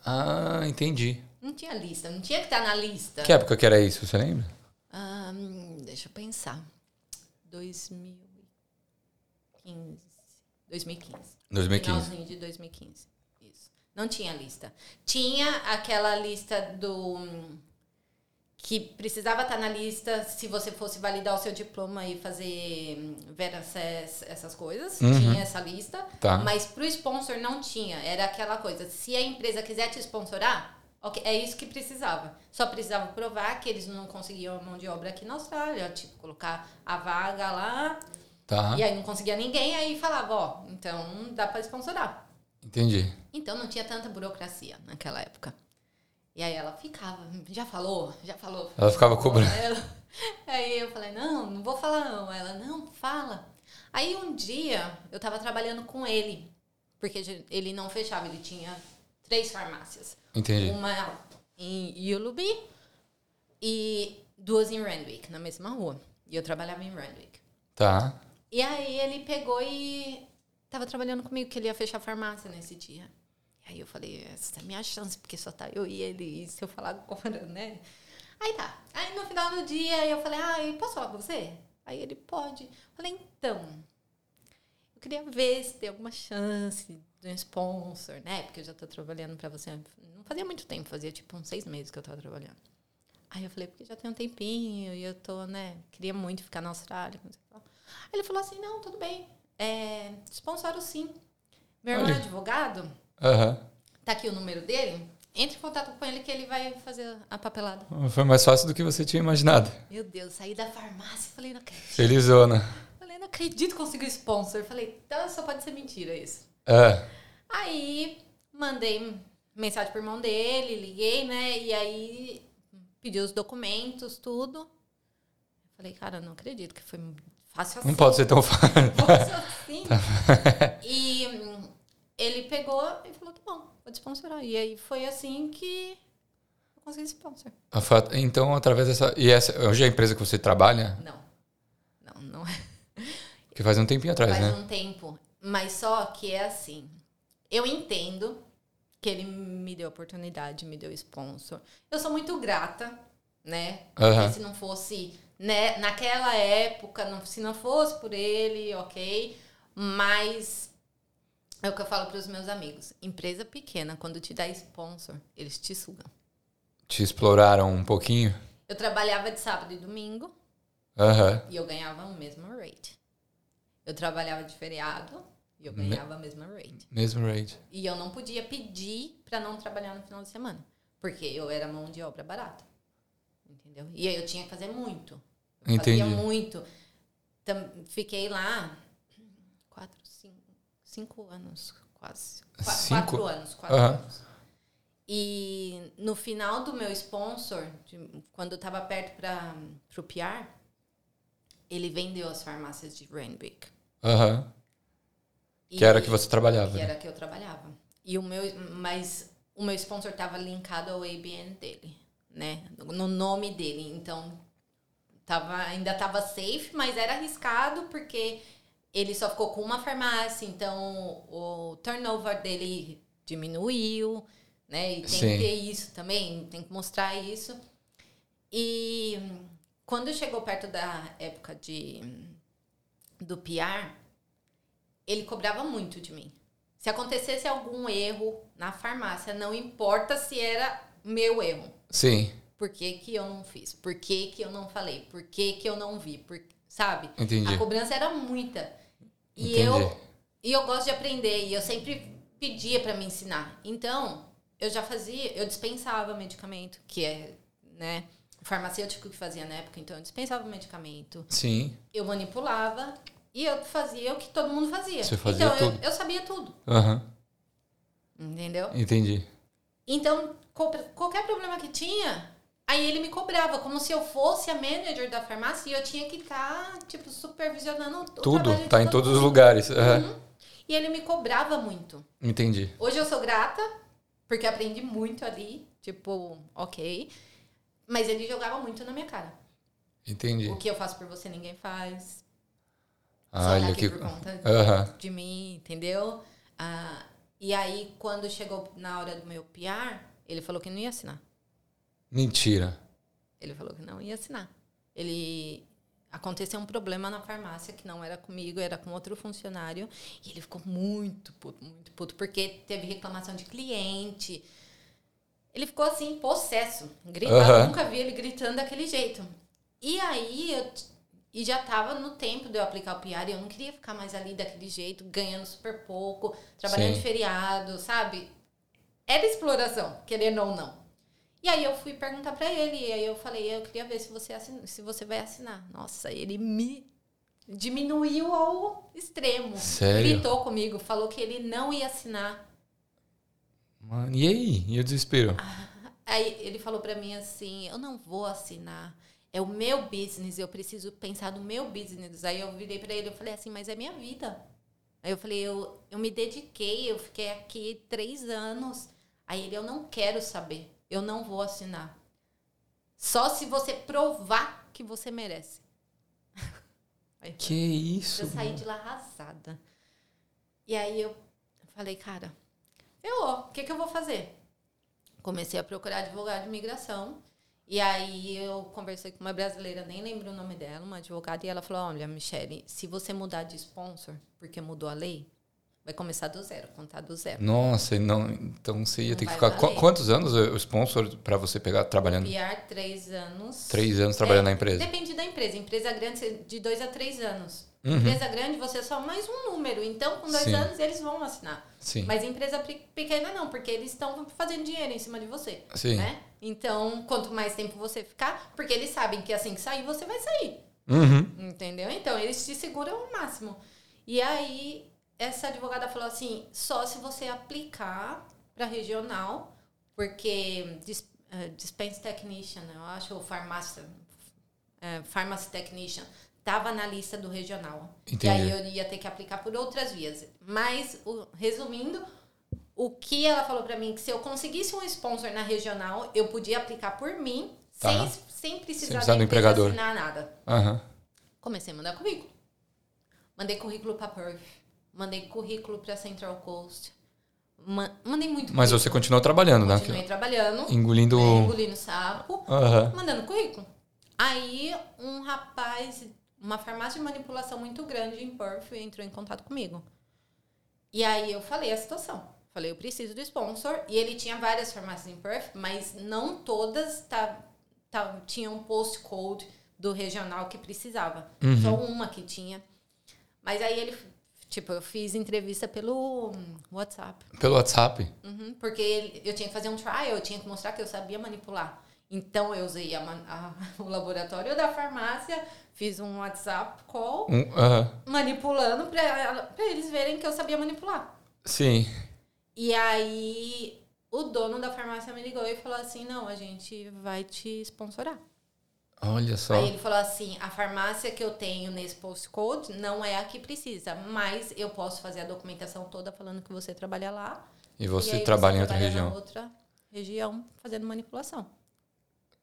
Speaker 2: Ah, entendi.
Speaker 1: Não tinha lista, não tinha que estar na lista.
Speaker 2: Que época que era isso, você lembra?
Speaker 1: Ah, hum, deixa eu pensar. 2015. 2015.
Speaker 2: 2015.
Speaker 1: Finalzinho de 2015. Isso. Não tinha lista. Tinha aquela lista do. hum, Que precisava estar na lista se você fosse validar o seu diploma e fazer hum, veracess, essas coisas.
Speaker 2: Uhum.
Speaker 1: Tinha essa lista.
Speaker 2: Tá.
Speaker 1: Mas pro sponsor não tinha. Era aquela coisa. Se a empresa quiser te sponsorar, ok, é isso que precisava. Só precisava provar que eles não conseguiam a mão de obra aqui na Austrália. Tipo, colocar a vaga lá.
Speaker 2: Tá.
Speaker 1: E aí não conseguia ninguém, aí falava, ó, então dá pra sponsorar.
Speaker 2: Entendi.
Speaker 1: Então não tinha tanta burocracia naquela época. E aí ela ficava, já falou, já falou.
Speaker 2: Ela ficava cobrando.
Speaker 1: Aí ela- aí eu falei, não, não vou falar não. Ela, não, fala. Aí um dia eu tava trabalhando com ele, porque ge- ele não fechava, ele tinha três farmácias.
Speaker 2: Entendi.
Speaker 1: Uma em Yulubi e duas em Randwick, na mesma rua. E eu trabalhava em Randwick.
Speaker 2: Tá.
Speaker 1: E aí ele pegou e tava trabalhando comigo, que ele ia fechar a farmácia nesse dia. E aí eu falei, essa é a minha chance, porque só tá eu e ele, e se eu falar agora, né? Aí tá. Aí no final do dia eu falei, ah, eu posso falar com você? Aí ele pode. Eu falei, então, eu queria ver se tem alguma chance de um sponsor, né? Porque eu já tô trabalhando pra você. Não fazia muito tempo, fazia tipo uns seis meses que eu tava trabalhando. Aí eu falei, porque já tem um tempinho e eu tô, né? Queria muito ficar na Austrália. não sei o que lá. Aí ele falou assim: não, tudo bem. É, sponsoro sim. Meu irmão
Speaker 2: Olha.
Speaker 1: é advogado,
Speaker 2: Aham.
Speaker 1: tá aqui o número dele. Entre em contato com ele que ele vai fazer a papelada.
Speaker 2: Foi mais fácil do que você tinha imaginado.
Speaker 1: Meu Deus, saí da farmácia e falei, não acredito.
Speaker 2: Felizona.
Speaker 1: Falei, não acredito que consegui sponsor. Falei, então só pode ser mentira isso.
Speaker 2: É.
Speaker 1: Aí mandei mensagem pro irmão dele, liguei, né? E aí pedi os documentos, tudo. Falei, cara, não acredito que foi fácil assim.
Speaker 2: Não pode ser Tá. tão fácil.
Speaker 1: Fácil assim. e hum, ele pegou e falou, tá bom, vou te sponsorar. E aí foi assim que eu consegui sponsor.
Speaker 2: A fa- Então, através dessa. E essa hoje é a empresa que você trabalha?
Speaker 1: Não. Não, não é.
Speaker 2: Que faz um tempinho atrás,
Speaker 1: Faz
Speaker 2: né?
Speaker 1: um tempo. Mas só que é assim. Eu entendo que ele me deu oportunidade, me deu sponsor. Eu sou muito grata, né? Porque
Speaker 2: Aham.
Speaker 1: se não fosse, né, naquela época, não- se não fosse por ele, ok. Mas é o que eu falo para os meus amigos. Empresa pequena, quando te dá sponsor, eles te sugam.
Speaker 2: Te exploraram um pouquinho?
Speaker 1: Eu trabalhava de sábado e domingo
Speaker 2: Aham.
Speaker 1: e eu ganhava o mesmo rate. Eu trabalhava de feriado e eu ganhava a mesma rate.
Speaker 2: Mesmo rate.
Speaker 1: E eu não podia pedir pra não trabalhar no final de semana, porque eu era mão de obra barata. Entendeu? E aí eu tinha que fazer muito. Eu fazia
Speaker 2: Entendi.
Speaker 1: muito. Tam- fiquei lá quatro, cinco, cinco anos, quase. Qua-
Speaker 2: Cinco?
Speaker 1: Quatro anos, quatro
Speaker 2: Aham.
Speaker 1: anos. E no final do meu sponsor, de- quando eu tava perto para pro PR, ele vendeu as farmácias de Randwick.
Speaker 2: Aham. Que era que você trabalhava.
Speaker 1: um Que
Speaker 2: né?
Speaker 1: era que eu trabalhava. E o meu, mas o meu sponsor tava linkado ao ABN dele, né? No nome dele. Então, tava, ainda tava safe, mas era arriscado porque ele só ficou com uma farmácia, então o turnover dele diminuiu, né? E tem
Speaker 2: Sim.
Speaker 1: que ter isso também, tem que mostrar isso. E hum, quando chegou perto da época de hum, do PR, ele cobrava muito de mim. Se acontecesse algum erro na farmácia, não importa se era meu erro.
Speaker 2: Sim,
Speaker 1: Por que, que eu não fiz? Por que, que eu não falei? Por que, que eu não vi? Por- Sabe?
Speaker 2: entendi.
Speaker 1: A cobrança era muita. E
Speaker 2: Entendi.
Speaker 1: eu e eu gosto de aprender e eu sempre pedia pra me ensinar. Então, eu já fazia, eu dispensava medicamento, que é, né, o farmacêutico que fazia na época, então eu dispensava medicamento,
Speaker 2: Sim.
Speaker 1: eu manipulava e eu fazia o que todo mundo fazia.
Speaker 2: Você fazia
Speaker 1: então, eu-
Speaker 2: tudo.
Speaker 1: Eu, sabia tudo,
Speaker 2: Aham.
Speaker 1: entendeu?
Speaker 2: Entendi.
Speaker 1: Então, co- qualquer problema que tinha, aí ele me cobrava, como se eu fosse a manager da farmácia e eu tinha que estar, tipo, supervisionando o trabalho
Speaker 2: Tudo.
Speaker 1: de
Speaker 2: Tá em
Speaker 1: todo
Speaker 2: todos os
Speaker 1: mundo. Uhum.
Speaker 2: lugares. Aham.
Speaker 1: E ele me cobrava muito.
Speaker 2: Entendi.
Speaker 1: Hoje eu sou grata, porque aprendi muito ali, tipo, ok. Mas ele jogava muito na minha cara.
Speaker 2: Entendi.
Speaker 1: O que eu faço por você, ninguém faz. Só tá
Speaker 2: Olha
Speaker 1: aqui
Speaker 2: Ah, é que.
Speaker 1: por conta
Speaker 2: Aham.
Speaker 1: de mim, entendeu? Ah, e aí, quando chegou na hora do meu PR, ele falou que não ia assinar.
Speaker 2: Mentira.
Speaker 1: Ele falou que não ia assinar. Ele aconteceu um problema na farmácia que não era comigo, era com outro funcionário, e ele ficou muito puto, muito puto, porque teve reclamação de cliente. Ele ficou assim, possesso, gritando,
Speaker 2: Aham.
Speaker 1: nunca vi ele gritando daquele jeito. E aí eu t- e já tava no tempo de eu aplicar o PR, e eu não queria ficar mais ali daquele jeito, ganhando super pouco, trabalhando
Speaker 2: Sim.
Speaker 1: de feriado, sabe? Era exploração, querendo ou não. E aí eu fui perguntar pra ele, e aí eu falei, eu queria ver se você assin- se você vai assinar. Nossa, ele me diminuiu ao extremo.
Speaker 2: Sério?
Speaker 1: Gritou comigo, falou que ele não ia assinar. Ah,
Speaker 2: Mano, e aí? E o desespero?
Speaker 1: Aí ele falou pra mim assim: eu não vou assinar. É o meu business, eu preciso pensar no meu business. Aí eu virei pra ele, eu falei assim, mas é minha vida. Aí eu falei, eu, eu me dediquei, eu fiquei aqui três anos. Aí ele, eu não quero saber, eu não vou assinar. Só se você provar que você merece. Aí
Speaker 2: Que isso?
Speaker 1: eu saí
Speaker 2: mano.
Speaker 1: de lá arrasada. E aí eu falei, cara, eu, o que, que eu vou fazer? Comecei a procurar advogado de imigração. E aí eu conversei com uma brasileira, nem lembro o nome dela, uma advogada, e ela falou: Olha, Michele, se você mudar de sponsor, porque mudou a lei, vai começar do zero, contar do zero.
Speaker 2: Nossa, e não, então você ia
Speaker 1: Não
Speaker 2: ter que
Speaker 1: vai
Speaker 2: ficar.
Speaker 1: valer.
Speaker 2: Qu- quantos anos eh, o sponsor pra você pegar trabalhando?
Speaker 1: Piar três anos.
Speaker 2: Hum. Três anos trabalhando
Speaker 1: É,
Speaker 2: na empresa.
Speaker 1: Depende da empresa. Empresa grande, você- de dois a três anos.
Speaker 2: Uhum.
Speaker 1: Empresa grande, você é só mais um número. Então, com dois
Speaker 2: Sim.
Speaker 1: anos, eles vão assinar.
Speaker 2: Sim.
Speaker 1: Mas empresa pe- pequena não, porque eles estão fazendo dinheiro em cima de você,
Speaker 2: Sim.
Speaker 1: né? Então, quanto mais tempo você ficar, porque eles sabem que assim que sair, você vai sair,
Speaker 2: Uhum.
Speaker 1: entendeu? Então, eles te seguram ao máximo. E aí, essa advogada falou assim, só se você aplicar para regional, porque dis, eh, dispense technician, eu acho, ou farmácia, eh, pharmacy technician, tava na lista do regional.
Speaker 2: Entendi.
Speaker 1: E aí eu ia ter que aplicar por outras vias. Mas, o- resumindo, o que ela falou pra mim, que se eu conseguisse um sponsor na regional, eu podia aplicar por mim,
Speaker 2: Tá.
Speaker 1: sem, sem precisar,
Speaker 2: precisar
Speaker 1: da empresa
Speaker 2: do empregador.
Speaker 1: assinar nada.
Speaker 2: Aham.
Speaker 1: Comecei a mandar currículo. Mandei currículo pra Perth. Mandei currículo pra Central Coast. ma- mandei muito
Speaker 2: Mas
Speaker 1: currículo.
Speaker 2: você continuou trabalhando, né?
Speaker 1: Continuei trabalhando,
Speaker 2: Engolindo.
Speaker 1: né, engolindo sapo
Speaker 2: Aham.
Speaker 1: mandando currículo. Aí um rapaz, uma farmácia de manipulação muito grande em Perth entrou em contato comigo. E aí eu falei a situação. Falei, eu preciso do sponsor. E ele tinha várias farmácias em Perth, mas não todas tá, tá, tinham um postcode do regional que precisava. Só uma que tinha. Mas aí ele, tipo, eu fiz entrevista pelo hum, WhatsApp.
Speaker 2: Pelo WhatsApp.
Speaker 1: Uhum, porque ele- eu tinha que fazer um trial, eu tinha que mostrar que eu sabia manipular. Então eu usei a man- a- o laboratório da farmácia, fiz um WhatsApp call,
Speaker 2: Um- Aham.
Speaker 1: manipulando para eles verem que eu sabia manipular.
Speaker 2: Sim.
Speaker 1: E aí o dono da farmácia me ligou e falou assim: não, a gente vai te sponsorar.
Speaker 2: Olha só.
Speaker 1: Aí ele falou assim: a farmácia que eu tenho nesse postcode não é a que precisa, mas eu posso fazer a documentação toda falando que você trabalha lá.
Speaker 2: E
Speaker 1: E
Speaker 2: você
Speaker 1: aí
Speaker 2: trabalha em outra
Speaker 1: trabalha
Speaker 2: região.
Speaker 1: Na outra região fazendo manipulação.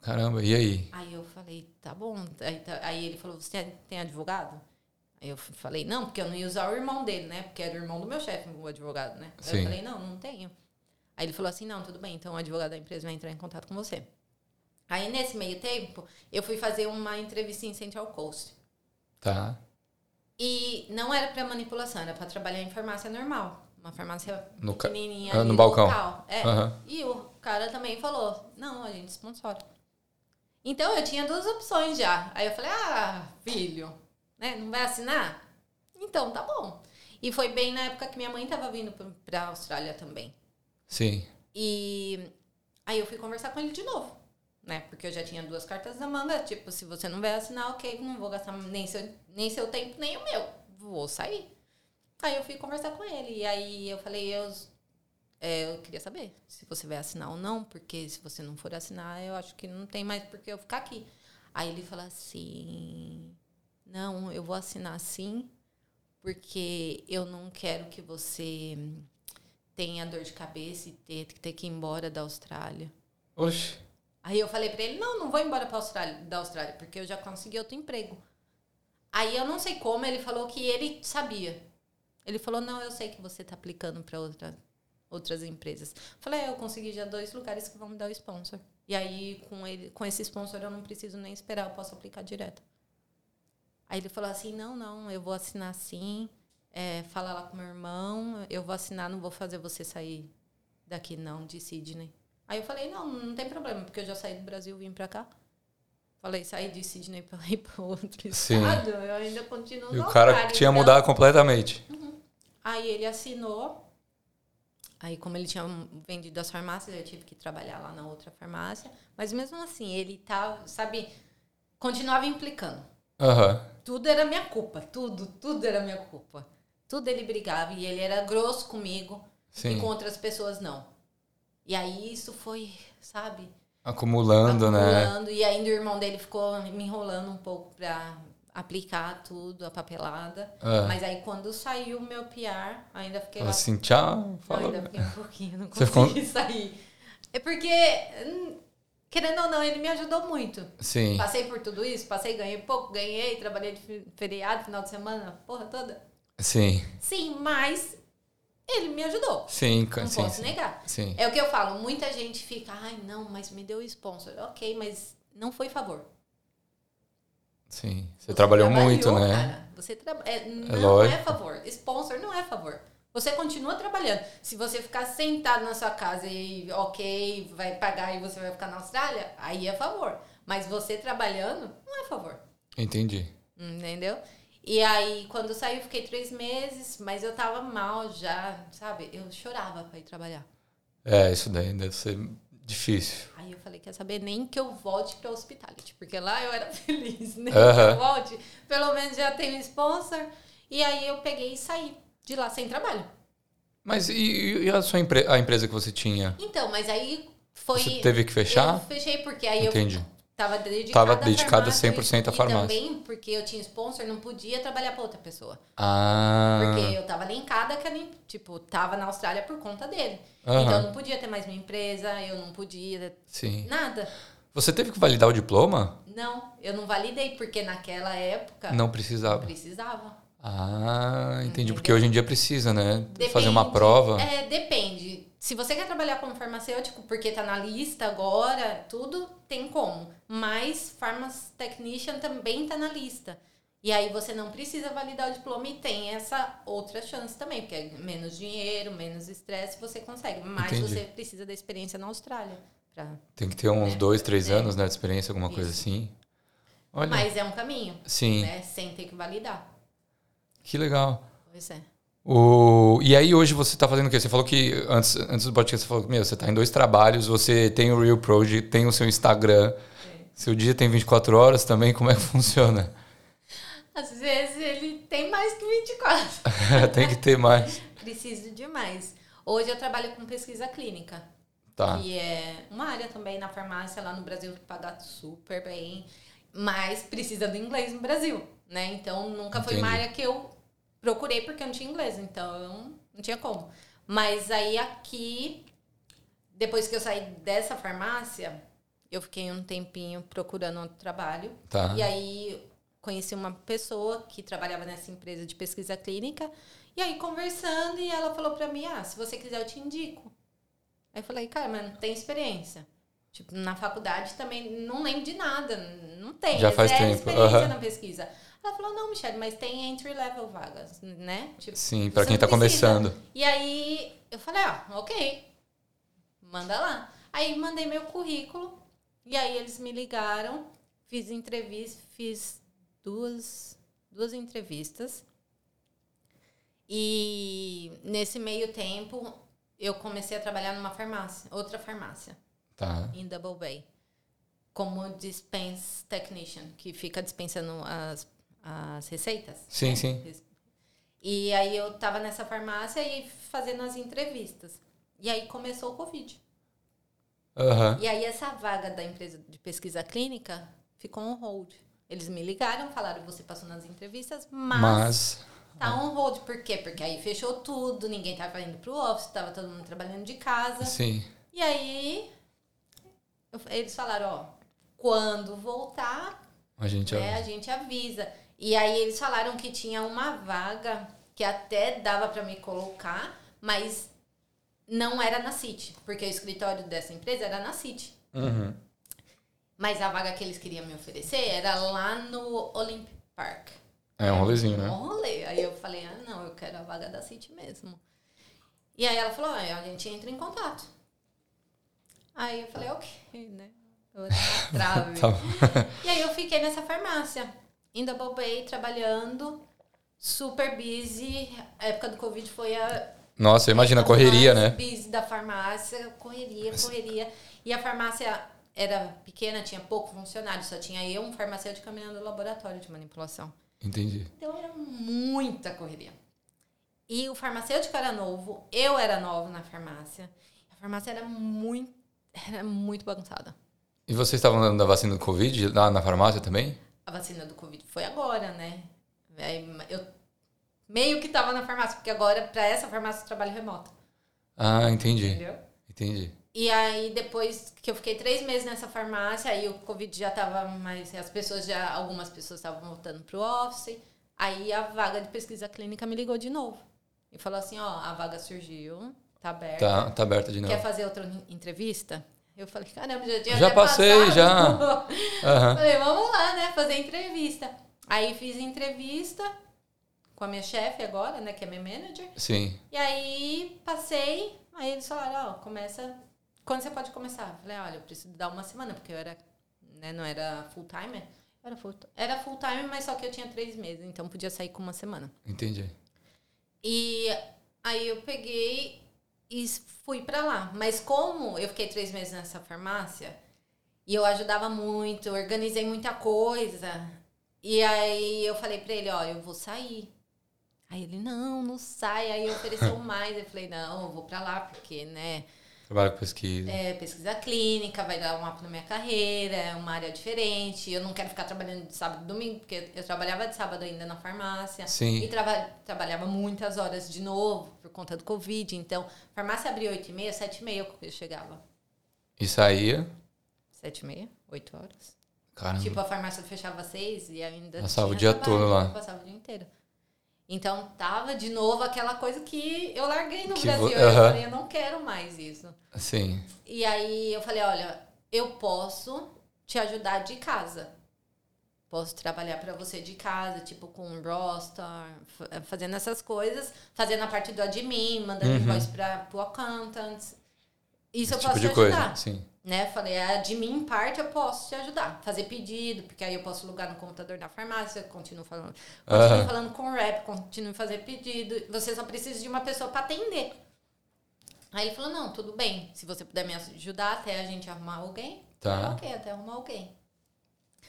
Speaker 2: Caramba, e aí?
Speaker 1: Aí eu falei, tá bom. Aí, tá- aí ele falou, você tem advogado? Aí eu f- falei, não, porque eu não ia usar o irmão dele, né? Porque era o irmão do meu chefe, o advogado, né? Aí
Speaker 2: Sim.
Speaker 1: eu falei, não, não tenho. Aí ele falou assim, não, tudo bem, então o advogado da empresa vai entrar em contato com você. Aí nesse meio tempo, eu fui fazer uma entrevista em Central Coast.
Speaker 2: Tá.
Speaker 1: E não era para manipulação, era para trabalhar em farmácia normal. Uma farmácia
Speaker 2: No ca-
Speaker 1: pequenininha
Speaker 2: Ah,
Speaker 1: ali
Speaker 2: no balcão.
Speaker 1: local. É.
Speaker 2: Aham.
Speaker 1: E o cara também falou, não, a gente sponsora. Então eu tinha duas opções já. Aí eu falei, ah, filho, né? Não vai assinar? Então tá bom. E foi bem na época que minha mãe tava vindo pra- pra Austrália também.
Speaker 2: Sim.
Speaker 1: E aí eu fui conversar com ele de novo, né? Porque eu já tinha duas cartas na manga, tipo, se você não vai assinar, ok, não vou gastar nem seu, nem seu tempo, nem o meu. Vou sair. Aí eu fui conversar com ele. E aí eu falei, eu, é, eu queria saber se você vai assinar ou não, porque se você não for assinar, eu acho que não tem mais por que eu ficar aqui. Aí ele falou assim, não, eu vou assinar sim, porque eu não quero que você tenha dor de cabeça e ter, ter que ir embora da Austrália.
Speaker 2: Oxe.
Speaker 1: Aí eu falei pra ele, não, não vou embora pra Austrália, da Austrália, porque eu já consegui outro emprego. Aí eu não sei como, ele falou que ele sabia. Ele falou, não, eu sei que você tá aplicando pra outra, outras empresas. Falei, é, eu consegui já dois lugares que vão me dar o sponsor. E aí, com, ele, com esse sponsor, eu não preciso nem esperar, eu posso aplicar direto. Aí ele falou assim, não, não, eu vou assinar sim, é, fala lá com meu irmão, eu vou assinar, não vou fazer você sair daqui não, de Sydney. Aí eu falei, não, não tem problema, porque eu já saí do Brasil, vim pra cá. Falei, saí de Sydney pra ir pra outro
Speaker 2: Sim.
Speaker 1: estado, eu ainda continuo
Speaker 2: E
Speaker 1: na
Speaker 2: o cara
Speaker 1: Austrália,
Speaker 2: tinha
Speaker 1: então-
Speaker 2: mudado completamente.
Speaker 1: Aí ele assinou. Aí, como ele tinha vendido as farmácias, eu tive que trabalhar lá na outra farmácia. Mas mesmo assim, ele tá, sabe, continuava implicando.
Speaker 2: Aham.
Speaker 1: Tudo era minha culpa, tudo, tudo era minha culpa. Tudo ele brigava e ele era grosso comigo
Speaker 2: Sim.
Speaker 1: e com outras pessoas não. E aí isso foi, sabe?
Speaker 2: Acumulando, né?
Speaker 1: acumulando, E ainda o irmão dele ficou me enrolando um pouco pra aplicar tudo, a papelada.
Speaker 2: Ah.
Speaker 1: Mas aí quando saiu o meu PR, ainda fiquei lá.
Speaker 2: Fala assim, tchau,
Speaker 1: Eu
Speaker 2: falou.
Speaker 1: ainda fiquei um pouquinho, não
Speaker 2: Você
Speaker 1: consegui sair. É porque, hum, querendo ou não, ele me ajudou muito.
Speaker 2: Sim.
Speaker 1: Passei por tudo isso, passei, ganhei pouco, ganhei, trabalhei de fe- feriado, final de semana, porra toda.
Speaker 2: Sim.
Speaker 1: Sim, mas ele me ajudou.
Speaker 2: Sim, ca-
Speaker 1: Não
Speaker 2: sim.
Speaker 1: posso
Speaker 2: sim.
Speaker 1: negar.
Speaker 2: Sim.
Speaker 1: É o que eu falo, muita gente fica, ai não, mas me deu sponsor. Ok, mas não foi favor.
Speaker 2: Sim. Você, trabalhou, muito, né?
Speaker 1: cara. Você traba- é, não
Speaker 2: lógico.
Speaker 1: é favor. Sponsor não é favor. Você continua trabalhando. Se você ficar sentado na sua casa e, ok, vai pagar e você vai ficar na Austrália, aí é favor. Mas você trabalhando, não é favor.
Speaker 2: Entendi.
Speaker 1: Entendeu? E aí, quando saiu, eu fiquei três meses, mas eu tava mal já, sabe? Eu chorava pra ir trabalhar.
Speaker 2: É, isso daí deve ser difícil.
Speaker 1: Aí eu falei, quer saber, nem que eu volte pra hospitality, porque lá eu era feliz, nem que
Speaker 2: Aham.
Speaker 1: eu volte, pelo menos já tenho sponsor. E aí eu peguei e saí de lá sem trabalho.
Speaker 2: Mas e, e a sua empre a empresa que você tinha?
Speaker 1: Então, mas aí foi...
Speaker 2: Você teve que fechar?
Speaker 1: Eu fechei porque aí
Speaker 2: Entendi.
Speaker 1: eu tava dedicada
Speaker 2: Tava
Speaker 1: à
Speaker 2: dedicado
Speaker 1: farmácia
Speaker 2: 100% à
Speaker 1: e-
Speaker 2: farmácia.
Speaker 1: E também porque eu tinha sponsor, não podia trabalhar pra outra pessoa.
Speaker 2: Ah.
Speaker 1: Porque eu tava linkada, que nem, tipo, tava na Austrália por conta dele.
Speaker 2: Aham.
Speaker 1: Então eu não podia ter mais minha empresa, eu não podia.
Speaker 2: Sim.
Speaker 1: Nada.
Speaker 2: Você teve que validar o diploma?
Speaker 1: Não, eu não validei, porque naquela época
Speaker 2: Não precisava.
Speaker 1: Tá. precisava.
Speaker 2: Ah, entendi.
Speaker 1: Entendeu?
Speaker 2: Porque hoje em dia precisa, né?
Speaker 1: Depende.
Speaker 2: Fazer uma prova.
Speaker 1: É, depende. Se você quer trabalhar como farmacêutico, porque tá na lista agora, tudo, tem como. Mas Pharmacy Technician também tá na lista. E aí você não precisa validar o diploma e tem essa outra chance também, porque é menos dinheiro, menos estresse, você consegue. Mas
Speaker 2: Entendi.
Speaker 1: você precisa da experiência na Austrália. pra-
Speaker 2: Tem que ter uns dois, três anos né, de experiência, alguma coisa
Speaker 1: É. Isso.
Speaker 2: assim. Olha,
Speaker 1: Mas é um caminho,
Speaker 2: sim,
Speaker 1: né? Sem ter que validar.
Speaker 2: que legal.
Speaker 1: Pois é.
Speaker 2: O... E aí hoje você tá fazendo o quê? Você falou que antes, antes do podcast você falou que meu, você tá em dois trabalhos, você tem o Real Project, tem o seu Instagram,
Speaker 1: É.
Speaker 2: seu dia tem 24 horas também, como é que funciona?
Speaker 1: Às vezes ele tem mais que 24.
Speaker 2: tem que ter mais.
Speaker 1: Preciso demais. Hoje eu trabalho com pesquisa clínica,
Speaker 2: Tá.
Speaker 1: que é uma área também na farmácia lá no Brasil que paga super bem, mas precisa do inglês no Brasil, né? Então nunca foi uma
Speaker 2: Entendi.
Speaker 1: área que eu procurei porque eu não tinha inglês, então não tinha como. Mas aí aqui, depois que eu saí dessa farmácia, eu fiquei um tempinho procurando outro trabalho.
Speaker 2: Tá.
Speaker 1: E aí conheci uma pessoa que trabalhava nessa empresa de pesquisa clínica. E aí conversando, e ela falou pra mim: "Ah, se você quiser eu te indico". Aí eu falei: "Cara, mas não tem experiência". Tipo, na faculdade também não lembro de nada, não tem.
Speaker 2: Já faz
Speaker 1: zero
Speaker 2: tempo,
Speaker 1: experiência
Speaker 2: aham.
Speaker 1: na pesquisa. Ela falou: "Não, Michelle, mas tem entry level vagas, né?" Tipo,
Speaker 2: Sim, pra
Speaker 1: você
Speaker 2: quem
Speaker 1: não
Speaker 2: tá
Speaker 1: precisa.
Speaker 2: começando.
Speaker 1: e aí eu falei, ó, ok. Manda lá. Aí mandei meu currículo. E aí eles me ligaram, fiz entrevista, fiz duas, duas entrevistas. E nesse meio tempo eu comecei a trabalhar numa farmácia, outra farmácia,
Speaker 2: Tá.
Speaker 1: em Double Bay, como dispense technician, que fica dispensando as, as receitas. né?
Speaker 2: Sim, sim.
Speaker 1: E aí eu tava nessa farmácia e fazendo as entrevistas. E aí começou o Covid.
Speaker 2: Aham.
Speaker 1: E aí essa vaga da empresa de pesquisa clínica ficou on hold. Eles me ligaram, falaram, você passou nas entrevistas, mas,
Speaker 2: Mas.
Speaker 1: tá on hold. Por quê? Porque aí fechou tudo, ninguém tava indo pro office, tava todo mundo trabalhando de casa.
Speaker 2: Sim.
Speaker 1: E aí eu- eles falaram, ó, quando voltar,
Speaker 2: A gente. é um-
Speaker 1: né, a gente avisa. E aí eles falaram que tinha uma vaga que até dava pra me colocar, mas não era na City, porque o escritório dessa empresa era na City.
Speaker 2: Uhum.
Speaker 1: Mas a vaga que eles queriam me oferecer era lá no Olympic Park.
Speaker 2: É um rolezinho,
Speaker 1: Um
Speaker 2: né?
Speaker 1: rolê. Aí eu falei, ah, não, eu quero a vaga da City mesmo. E aí ela falou, ah, a gente entra em contato. Aí eu falei, ok, né? Eu era na trave.
Speaker 2: Tá.
Speaker 1: E aí eu fiquei nessa farmácia, em Double Bay, trabalhando, super busy. A época do Covid foi a.
Speaker 2: Nossa, imagina, correria,
Speaker 1: mais
Speaker 2: né?
Speaker 1: Busy da farmácia, correria, correria. E a farmácia era pequena, tinha pouco funcionário, só tinha eu, um farmacêutico caminhando no laboratório de manipulação.
Speaker 2: Entendi.
Speaker 1: Então era muita correria. E o farmacêutico era novo, eu era nova na farmácia. A farmácia era muito, era muito bagunçada.
Speaker 2: E vocês estavam dando a vacina do Covid lá na farmácia também?
Speaker 1: A vacina do Covid foi agora, né? Aí, eu meio que tava na farmácia, porque agora, para essa farmácia, eu trabalho remoto.
Speaker 2: Ah, entendi.
Speaker 1: Entendeu?
Speaker 2: Entendi.
Speaker 1: E aí, depois que eu fiquei três meses nessa farmácia, aí o Covid já tava mais. As pessoas já. Algumas pessoas estavam voltando pro office. Aí a vaga de pesquisa clínica me ligou de novo. E falou assim: ó, a vaga surgiu, tá aberta.
Speaker 2: Tá, tá aberta de novo.
Speaker 1: Quer fazer outra en- entrevista? Eu falei: caramba, já tinha.
Speaker 2: Já
Speaker 1: até
Speaker 2: passei,
Speaker 1: passado.
Speaker 2: Aham.
Speaker 1: falei: vamos lá, né? Fazer entrevista. Aí fiz entrevista com a minha chefe agora, né? Que é minha manager.
Speaker 2: Sim.
Speaker 1: E aí passei, aí eles falaram, ó, começa. Quando você pode começar? Eu falei, olha, eu preciso dar uma semana, porque eu era, né, não era full timer. Era full, era full time, mas só que eu tinha três meses, então podia sair com uma semana.
Speaker 2: Entendi.
Speaker 1: E aí eu peguei e fui pra lá. Mas como eu fiquei três meses nessa farmácia e eu ajudava muito, organizei muita coisa. E aí eu falei pra ele, ó, eu vou sair. Aí ele, não, não sai. Aí ofereceu mais. Eu falei, não, eu vou pra lá, porque, né,
Speaker 2: Trabalho com pesquisa.
Speaker 1: é pesquisa clínica, vai dar um mapa na minha carreira, é uma área diferente. Eu não quero ficar trabalhando de sábado e domingo, porque eu trabalhava de sábado ainda na farmácia.
Speaker 2: Sim.
Speaker 1: E trava- trabalhava muitas horas de novo por conta do Covid. Então, a farmácia abria 8h30, 7h30 eu chegava.
Speaker 2: E saía.
Speaker 1: 7h30, 8 horas.
Speaker 2: Caramba.
Speaker 1: Tipo, a farmácia fechava às 6 e ainda.
Speaker 2: Ah.
Speaker 1: tinha
Speaker 2: Passava o dia
Speaker 1: trabalho,
Speaker 2: todo lá.
Speaker 1: eu Passava o dia inteiro. Então, tava de novo aquela coisa que eu larguei no
Speaker 2: Que
Speaker 1: Brasil.
Speaker 2: vo-
Speaker 1: Eu
Speaker 2: Aham.
Speaker 1: falei, eu não quero mais isso.
Speaker 2: Sim.
Speaker 1: E aí eu falei, olha, eu posso te ajudar de casa. Posso trabalhar pra você de casa, tipo com roster, fa- fazendo essas coisas, fazendo a parte do admin, mandando invoice para pro accountant. Isso eu
Speaker 2: Uhum. Esse
Speaker 1: posso
Speaker 2: tipo de
Speaker 1: te
Speaker 2: coisa.
Speaker 1: ajudar.
Speaker 2: Sim.
Speaker 1: Né? Falei, a admin em parte eu posso te ajudar. Fazer pedido, porque aí eu posso logar no computador da farmácia, continuo falando, continuo
Speaker 2: Aham.
Speaker 1: falando com o rep, continuo fazer pedido. Você só precisa de uma pessoa pra atender. Aí ele falou, não, tudo bem. Se você puder me ajudar até a gente arrumar alguém,
Speaker 2: Tá.
Speaker 1: Ah, ok, até arrumar alguém.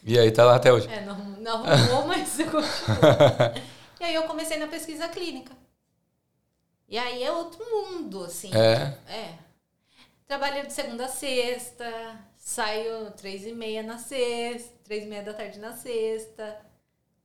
Speaker 2: E aí tá lá até hoje.
Speaker 1: É, não, não arrumou, mas eu continuo. e aí eu comecei na pesquisa clínica. E aí é outro mundo, assim.
Speaker 2: É.
Speaker 1: É. Trabalho de segunda a sexta, saio três e meia na sexta, três e meia da tarde na sexta.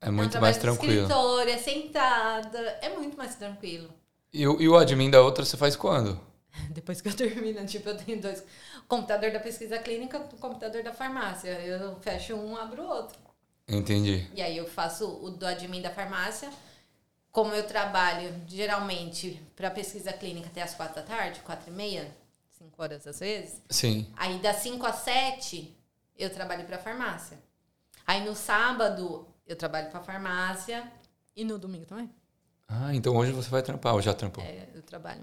Speaker 2: É
Speaker 1: É um
Speaker 2: muito
Speaker 1: trabalho
Speaker 2: mais
Speaker 1: de
Speaker 2: tranquilo.
Speaker 1: escritório, é sentada, é muito mais tranquilo.
Speaker 2: E, o- e o admin da outra você faz quando?
Speaker 1: Depois que eu termino, tipo, eu tenho dois. Computador da pesquisa clínica, o computador da farmácia. Eu fecho um, abro o outro.
Speaker 2: Entendi.
Speaker 1: E aí eu faço o do admin da farmácia. Como eu trabalho geralmente para pesquisa clínica até as quatro da tarde, quatro e meia, cinco horas às vezes.
Speaker 2: Sim.
Speaker 1: Aí das 5 às 7 eu trabalho para farmácia. Aí no sábado eu trabalho para farmácia e no domingo também.
Speaker 2: Ah, então hoje você vai trampar, ou já trampou.
Speaker 1: É, eu trabalho.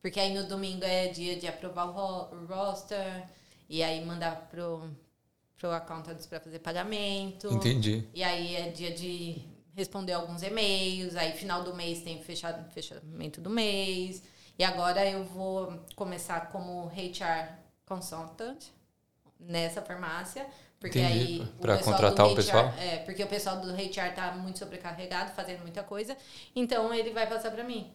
Speaker 1: Porque aí no domingo é dia de aprovar o ro- o roster e aí mandar pro pro accountants para fazer pagamento.
Speaker 2: Entendi.
Speaker 1: E aí é dia de responder alguns e-mails, aí final do mês tem fechado, fechamento do mês. E agora eu vou começar como HR consultant nessa farmácia, porque
Speaker 2: Entendi,
Speaker 1: aí
Speaker 2: pra
Speaker 1: pessoal do
Speaker 2: contratar o
Speaker 1: HR
Speaker 2: pessoal?
Speaker 1: É, porque o pessoal do HR tá muito sobrecarregado, fazendo muita coisa, então ele vai passar para mim.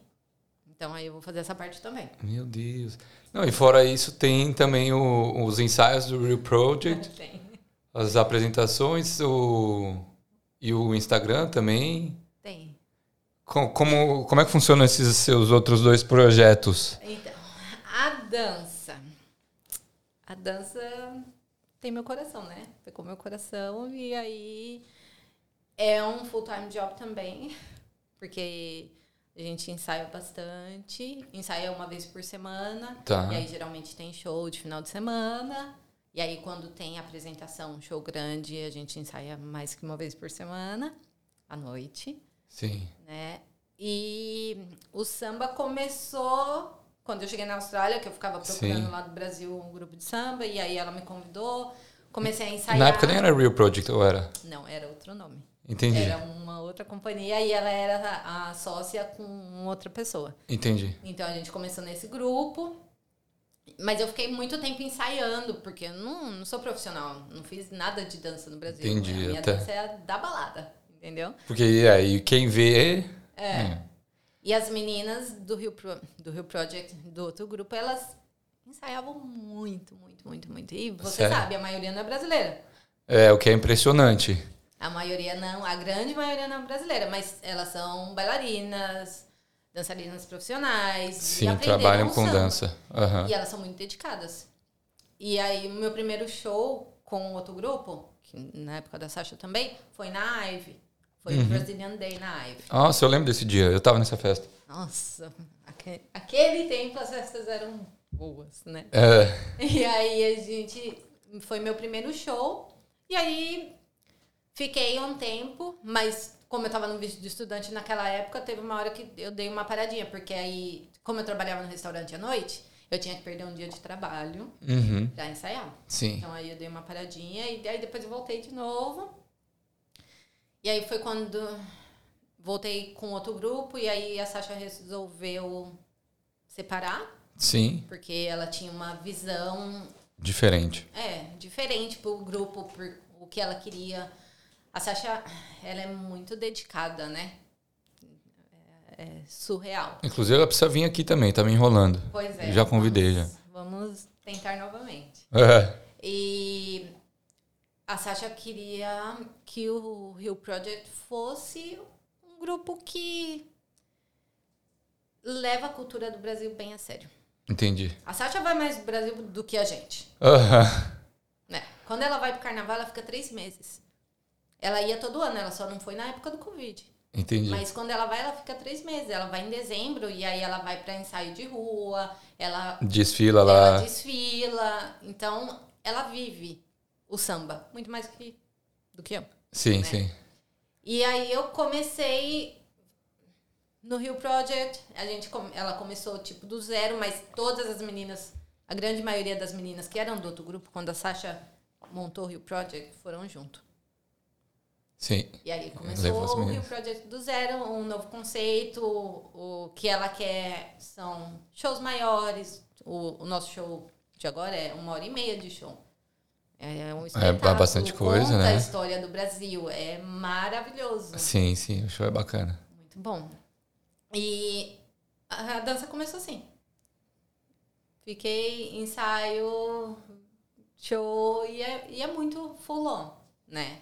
Speaker 1: Então aí eu vou fazer essa parte também.
Speaker 2: Meu Deus. Não, e fora isso, tem também o- os ensaios do Real Project,
Speaker 1: Tem.
Speaker 2: as apresentações o, e o Instagram também.
Speaker 1: Tem.
Speaker 2: Co- Como, como é que funcionam esses seus outros dois projetos?
Speaker 1: Então, a dança. A dança tem meu coração, né? Pegou meu coração e aí é um full-time job também, porque a gente ensaia bastante, ensaia uma vez por semana,
Speaker 2: Tá.
Speaker 1: e aí geralmente tem show de final de semana, e aí quando tem apresentação, um show grande, a gente ensaia mais que uma vez por semana, à noite
Speaker 2: Sim.
Speaker 1: né? E o samba começou quando eu cheguei na Austrália, que eu ficava procurando
Speaker 2: Sim.
Speaker 1: lá do Brasil um grupo de samba, e aí ela me convidou, comecei Tá a ensaiar.
Speaker 2: Na época nem era Real Project, ou era?
Speaker 1: Não, era outro nome.
Speaker 2: Entendi.
Speaker 1: Era uma outra companhia e ela era a- a sócia com outra pessoa.
Speaker 2: Entendi.
Speaker 1: Então a gente começou nesse grupo. Mas eu fiquei muito tempo ensaiando, porque eu não, não sou profissional, não fiz nada de dança no Brasil.
Speaker 2: Entendi,
Speaker 1: a minha
Speaker 2: até.
Speaker 1: dança é a da balada, entendeu?
Speaker 2: Porque aí quem vê. É.
Speaker 1: E as meninas do Rio, Pro, do Rio Project, do outro grupo, elas ensaiavam muito, muito, muito, muito. E você
Speaker 2: Sério?
Speaker 1: sabe, a maioria não é brasileira.
Speaker 2: É, o que é impressionante.
Speaker 1: A maioria não, a grande maioria não é brasileira, mas elas são bailarinas, dançarinas profissionais. e
Speaker 2: Sim,
Speaker 1: aprenderam
Speaker 2: trabalham
Speaker 1: o
Speaker 2: com
Speaker 1: samba.
Speaker 2: dança. Aham.
Speaker 1: E elas são muito dedicadas. E aí, o meu primeiro show com outro grupo, que na época da Sasha também, foi na Ive. Foi
Speaker 2: Uhum.
Speaker 1: o Brazilian Day na Ive.
Speaker 2: Nossa, eu lembro desse dia, eu tava nessa festa.
Speaker 1: Nossa, aque- aquele tempo as festas eram boas, né?
Speaker 2: É,
Speaker 1: E aí a gente. Foi meu primeiro show. E aí fiquei um tempo, mas como eu tava no visto de estudante naquela época, teve uma hora que eu dei uma paradinha, porque aí, como eu trabalhava no restaurante à noite, eu tinha que perder um dia de trabalho
Speaker 2: uhum,
Speaker 1: pra ensaiar.
Speaker 2: sim.
Speaker 1: Então aí eu dei uma paradinha e aí depois eu voltei de novo. E aí foi quando voltei com outro grupo e aí a Sasha resolveu separar,
Speaker 2: Sim,
Speaker 1: porque ela tinha uma visão
Speaker 2: diferente.
Speaker 1: é, diferente pro grupo, por o que ela queria. A Sasha, ela é muito dedicada, né? É, é surreal.
Speaker 2: Inclusive, ela precisa vir aqui também, tá me enrolando.
Speaker 1: Pois é.
Speaker 2: Já convidei, já.
Speaker 1: vamos- Vamos tentar novamente.
Speaker 2: É,
Speaker 1: E a Sasha queria que o Rio Project fosse um grupo que leva a cultura do Brasil bem a sério.
Speaker 2: entendi.
Speaker 1: A Sasha vai mais pro Brasil do que a gente,
Speaker 2: Aham.
Speaker 1: né? Quando ela vai pro carnaval, ela fica três meses. Ela ia todo ano, ela só não foi na época do Covid.
Speaker 2: Entendi.
Speaker 1: Mas quando ela vai, ela fica três meses. Ela vai em dezembro e aí ela vai pra ensaio de rua, ela
Speaker 2: Desfila
Speaker 1: ela
Speaker 2: lá.
Speaker 1: desfila. Então, ela vive o samba muito mais que, do que né? eu.
Speaker 2: Sim, sim.
Speaker 1: E aí eu comecei no Rio Project. A gente, come- ela começou tipo do zero, mas todas as meninas, a grande maioria das meninas que eram do outro grupo, quando a Sasha montou o Rio Project, foram junto.
Speaker 2: Sim.
Speaker 1: E aí
Speaker 2: Levou as
Speaker 1: começou o Rio
Speaker 2: meninas.
Speaker 1: Project do zero, um novo conceito. O, o que ela quer são shows maiores. O, o nosso show de agora é uma hora e meia de show. É um espetáculo.
Speaker 2: bastante coisa,
Speaker 1: conta
Speaker 2: né?
Speaker 1: a história do Brasil. É maravilhoso.
Speaker 2: Sim, sim. O show é bacana.
Speaker 1: Muito bom. E a a dança começou assim. Fiquei ensaio, show, e é, e é muito full on, né?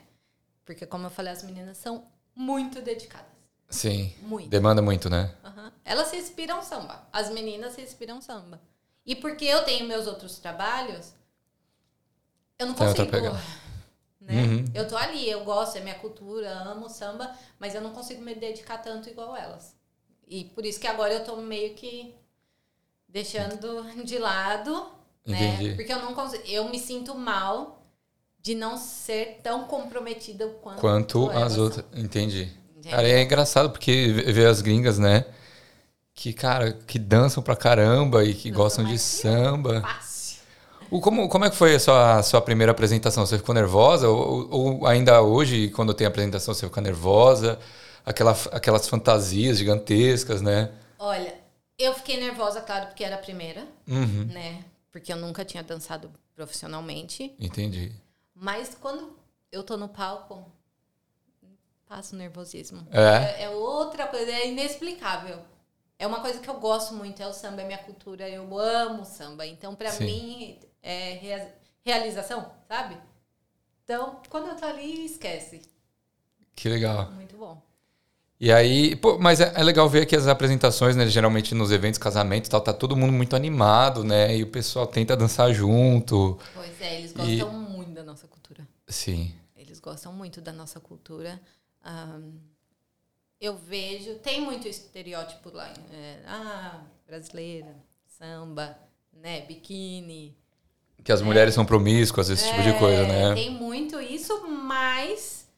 Speaker 1: Porque, como eu falei, as meninas são muito dedicadas.
Speaker 2: Sim.
Speaker 1: Muito.
Speaker 2: Demanda muito, né?
Speaker 1: Aham. Elas se inspiram samba. As meninas se inspiram samba. E porque eu tenho meus outros trabalhos, eu não
Speaker 2: Tem outra
Speaker 1: consigo.
Speaker 2: pegada.
Speaker 1: Né?
Speaker 2: Uhum.
Speaker 1: Eu tô ali, eu gosto, é minha cultura, amo o samba, mas eu não consigo me dedicar tanto igual elas. E por isso que agora eu tô meio que deixando de lado, né?
Speaker 2: Entendi.
Speaker 1: Porque eu não consigo, eu me sinto mal de não ser tão comprometida quanto,
Speaker 2: Quanto
Speaker 1: elas
Speaker 2: as
Speaker 1: são.
Speaker 2: outras. Entendi.
Speaker 1: Entende?
Speaker 2: Cara, e é engraçado porque vê as gringas, né? Que, cara, que dançam pra caramba e que
Speaker 1: Dançam
Speaker 2: gostam de
Speaker 1: mais que eu.
Speaker 2: samba.
Speaker 1: Fácil.
Speaker 2: O, como, como é que foi a sua, sua primeira apresentação? Você ficou nervosa? Ou, ou ainda hoje, quando tem apresentação, você fica nervosa? Aquela, aquelas fantasias gigantescas, né?
Speaker 1: Olha, eu fiquei nervosa, claro, porque era a primeira,
Speaker 2: Uhum.
Speaker 1: né? Porque eu nunca tinha dançado profissionalmente.
Speaker 2: Entendi.
Speaker 1: Mas quando eu tô no palco, passa o nervosismo. É,
Speaker 2: É?
Speaker 1: é outra coisa, é inexplicável. É uma coisa que eu gosto muito, é o samba, é minha cultura, eu amo samba. Então, pra
Speaker 2: Sim.
Speaker 1: mim, é rea- realização, sabe? Então, quando eu tô ali, esquece.
Speaker 2: Que legal.
Speaker 1: Muito bom.
Speaker 2: E aí, pô, mas é, é legal ver que as apresentações, né? Geralmente nos eventos, casamentos e tal, tá todo mundo muito animado, né? E o pessoal tenta dançar junto.
Speaker 1: Pois é, eles
Speaker 2: E-
Speaker 1: gostam muito da nossa cultura.
Speaker 2: Sim.
Speaker 1: Eles gostam muito da nossa cultura. Ahn, eu vejo, tem muito estereótipo lá. é, ah, brasileira, samba, né, biquíni.
Speaker 2: Que as mulheres são promíscuas, esse tipo de coisa,
Speaker 1: É,
Speaker 2: né?
Speaker 1: Tem muito isso, mas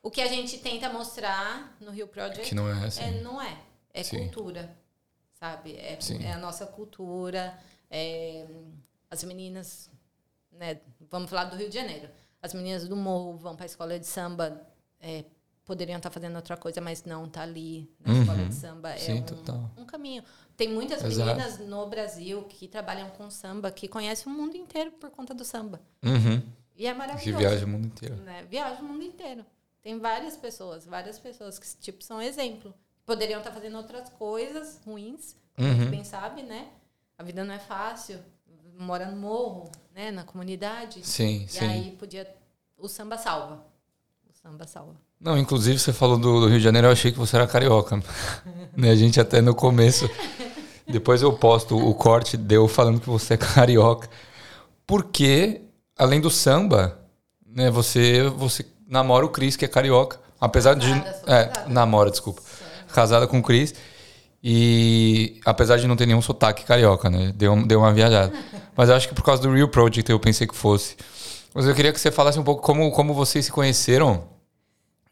Speaker 1: o que a gente tenta mostrar no Rio Project
Speaker 2: Que não é
Speaker 1: é,
Speaker 2: assim.
Speaker 1: não é. É
Speaker 2: Sim.
Speaker 1: cultura, sabe? É,
Speaker 2: Sim.
Speaker 1: é a nossa cultura. é, as meninas, né? Vamos falar do Rio de Janeiro. As meninas do morro vão para a escola de samba. é, poderiam estar fazendo outra coisa, mas não tá ali na
Speaker 2: Uhum.
Speaker 1: escola de samba. É
Speaker 2: Sim,
Speaker 1: um,
Speaker 2: total.
Speaker 1: um caminho. Tem muitas
Speaker 2: Exato.
Speaker 1: meninas no Brasil que trabalham com samba, que conhecem o mundo inteiro por conta do samba.
Speaker 2: Uhum.
Speaker 1: E é
Speaker 2: Que
Speaker 1: maravilhoso
Speaker 2: viaja o mundo inteiro.
Speaker 1: né? Viaja o mundo inteiro. Tem várias pessoas, várias pessoas que, tipo, são exemplo. Poderiam tá estar fazendo outras coisas ruins,
Speaker 2: Uhum.
Speaker 1: quem sabe, né? A vida não é fácil. mora no morro, né? Na comunidade.
Speaker 2: Sim,
Speaker 1: e
Speaker 2: sim.
Speaker 1: aí podia. O samba salva. O samba salva.
Speaker 2: Não, inclusive você falou do, do Rio de Janeiro, eu achei que você era carioca. né? A gente até no começo. Depois eu posto o corte deu falando que você é carioca. Porque, além do samba, né, você, você namora o Cris, que é carioca. Apesar de.
Speaker 1: Casada, sou
Speaker 2: É,
Speaker 1: casada.
Speaker 2: namora, desculpa. Casada com o Cris. E apesar de não ter nenhum sotaque carioca, né? Deu, deu uma viajada. Mas eu acho que por causa do Real Project eu pensei que fosse. Mas eu queria que você falasse um pouco como, como vocês se conheceram.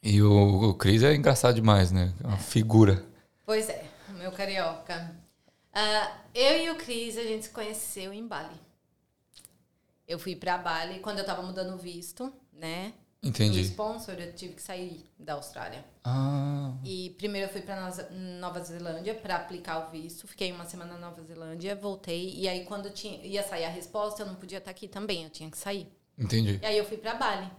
Speaker 2: E o, o Cris é engraçado demais, né? É Uma figura.
Speaker 1: Pois é, o meu carioca. Ah, eu e o Cris, a gente se conheceu em Bali. Eu fui pra Bali quando eu tava mudando o visto, né? Do
Speaker 2: Entendi.
Speaker 1: sponsor, eu tive que sair da Austrália.
Speaker 2: Ah,
Speaker 1: E primeiro eu fui para Nova Zelândia para aplicar o visto. Fiquei uma semana na Nova Zelândia, voltei. E aí, quando tinha, ia sair a resposta, eu não podia estar aqui também, eu tinha que sair.
Speaker 2: entendi.
Speaker 1: E aí eu fui para Bali.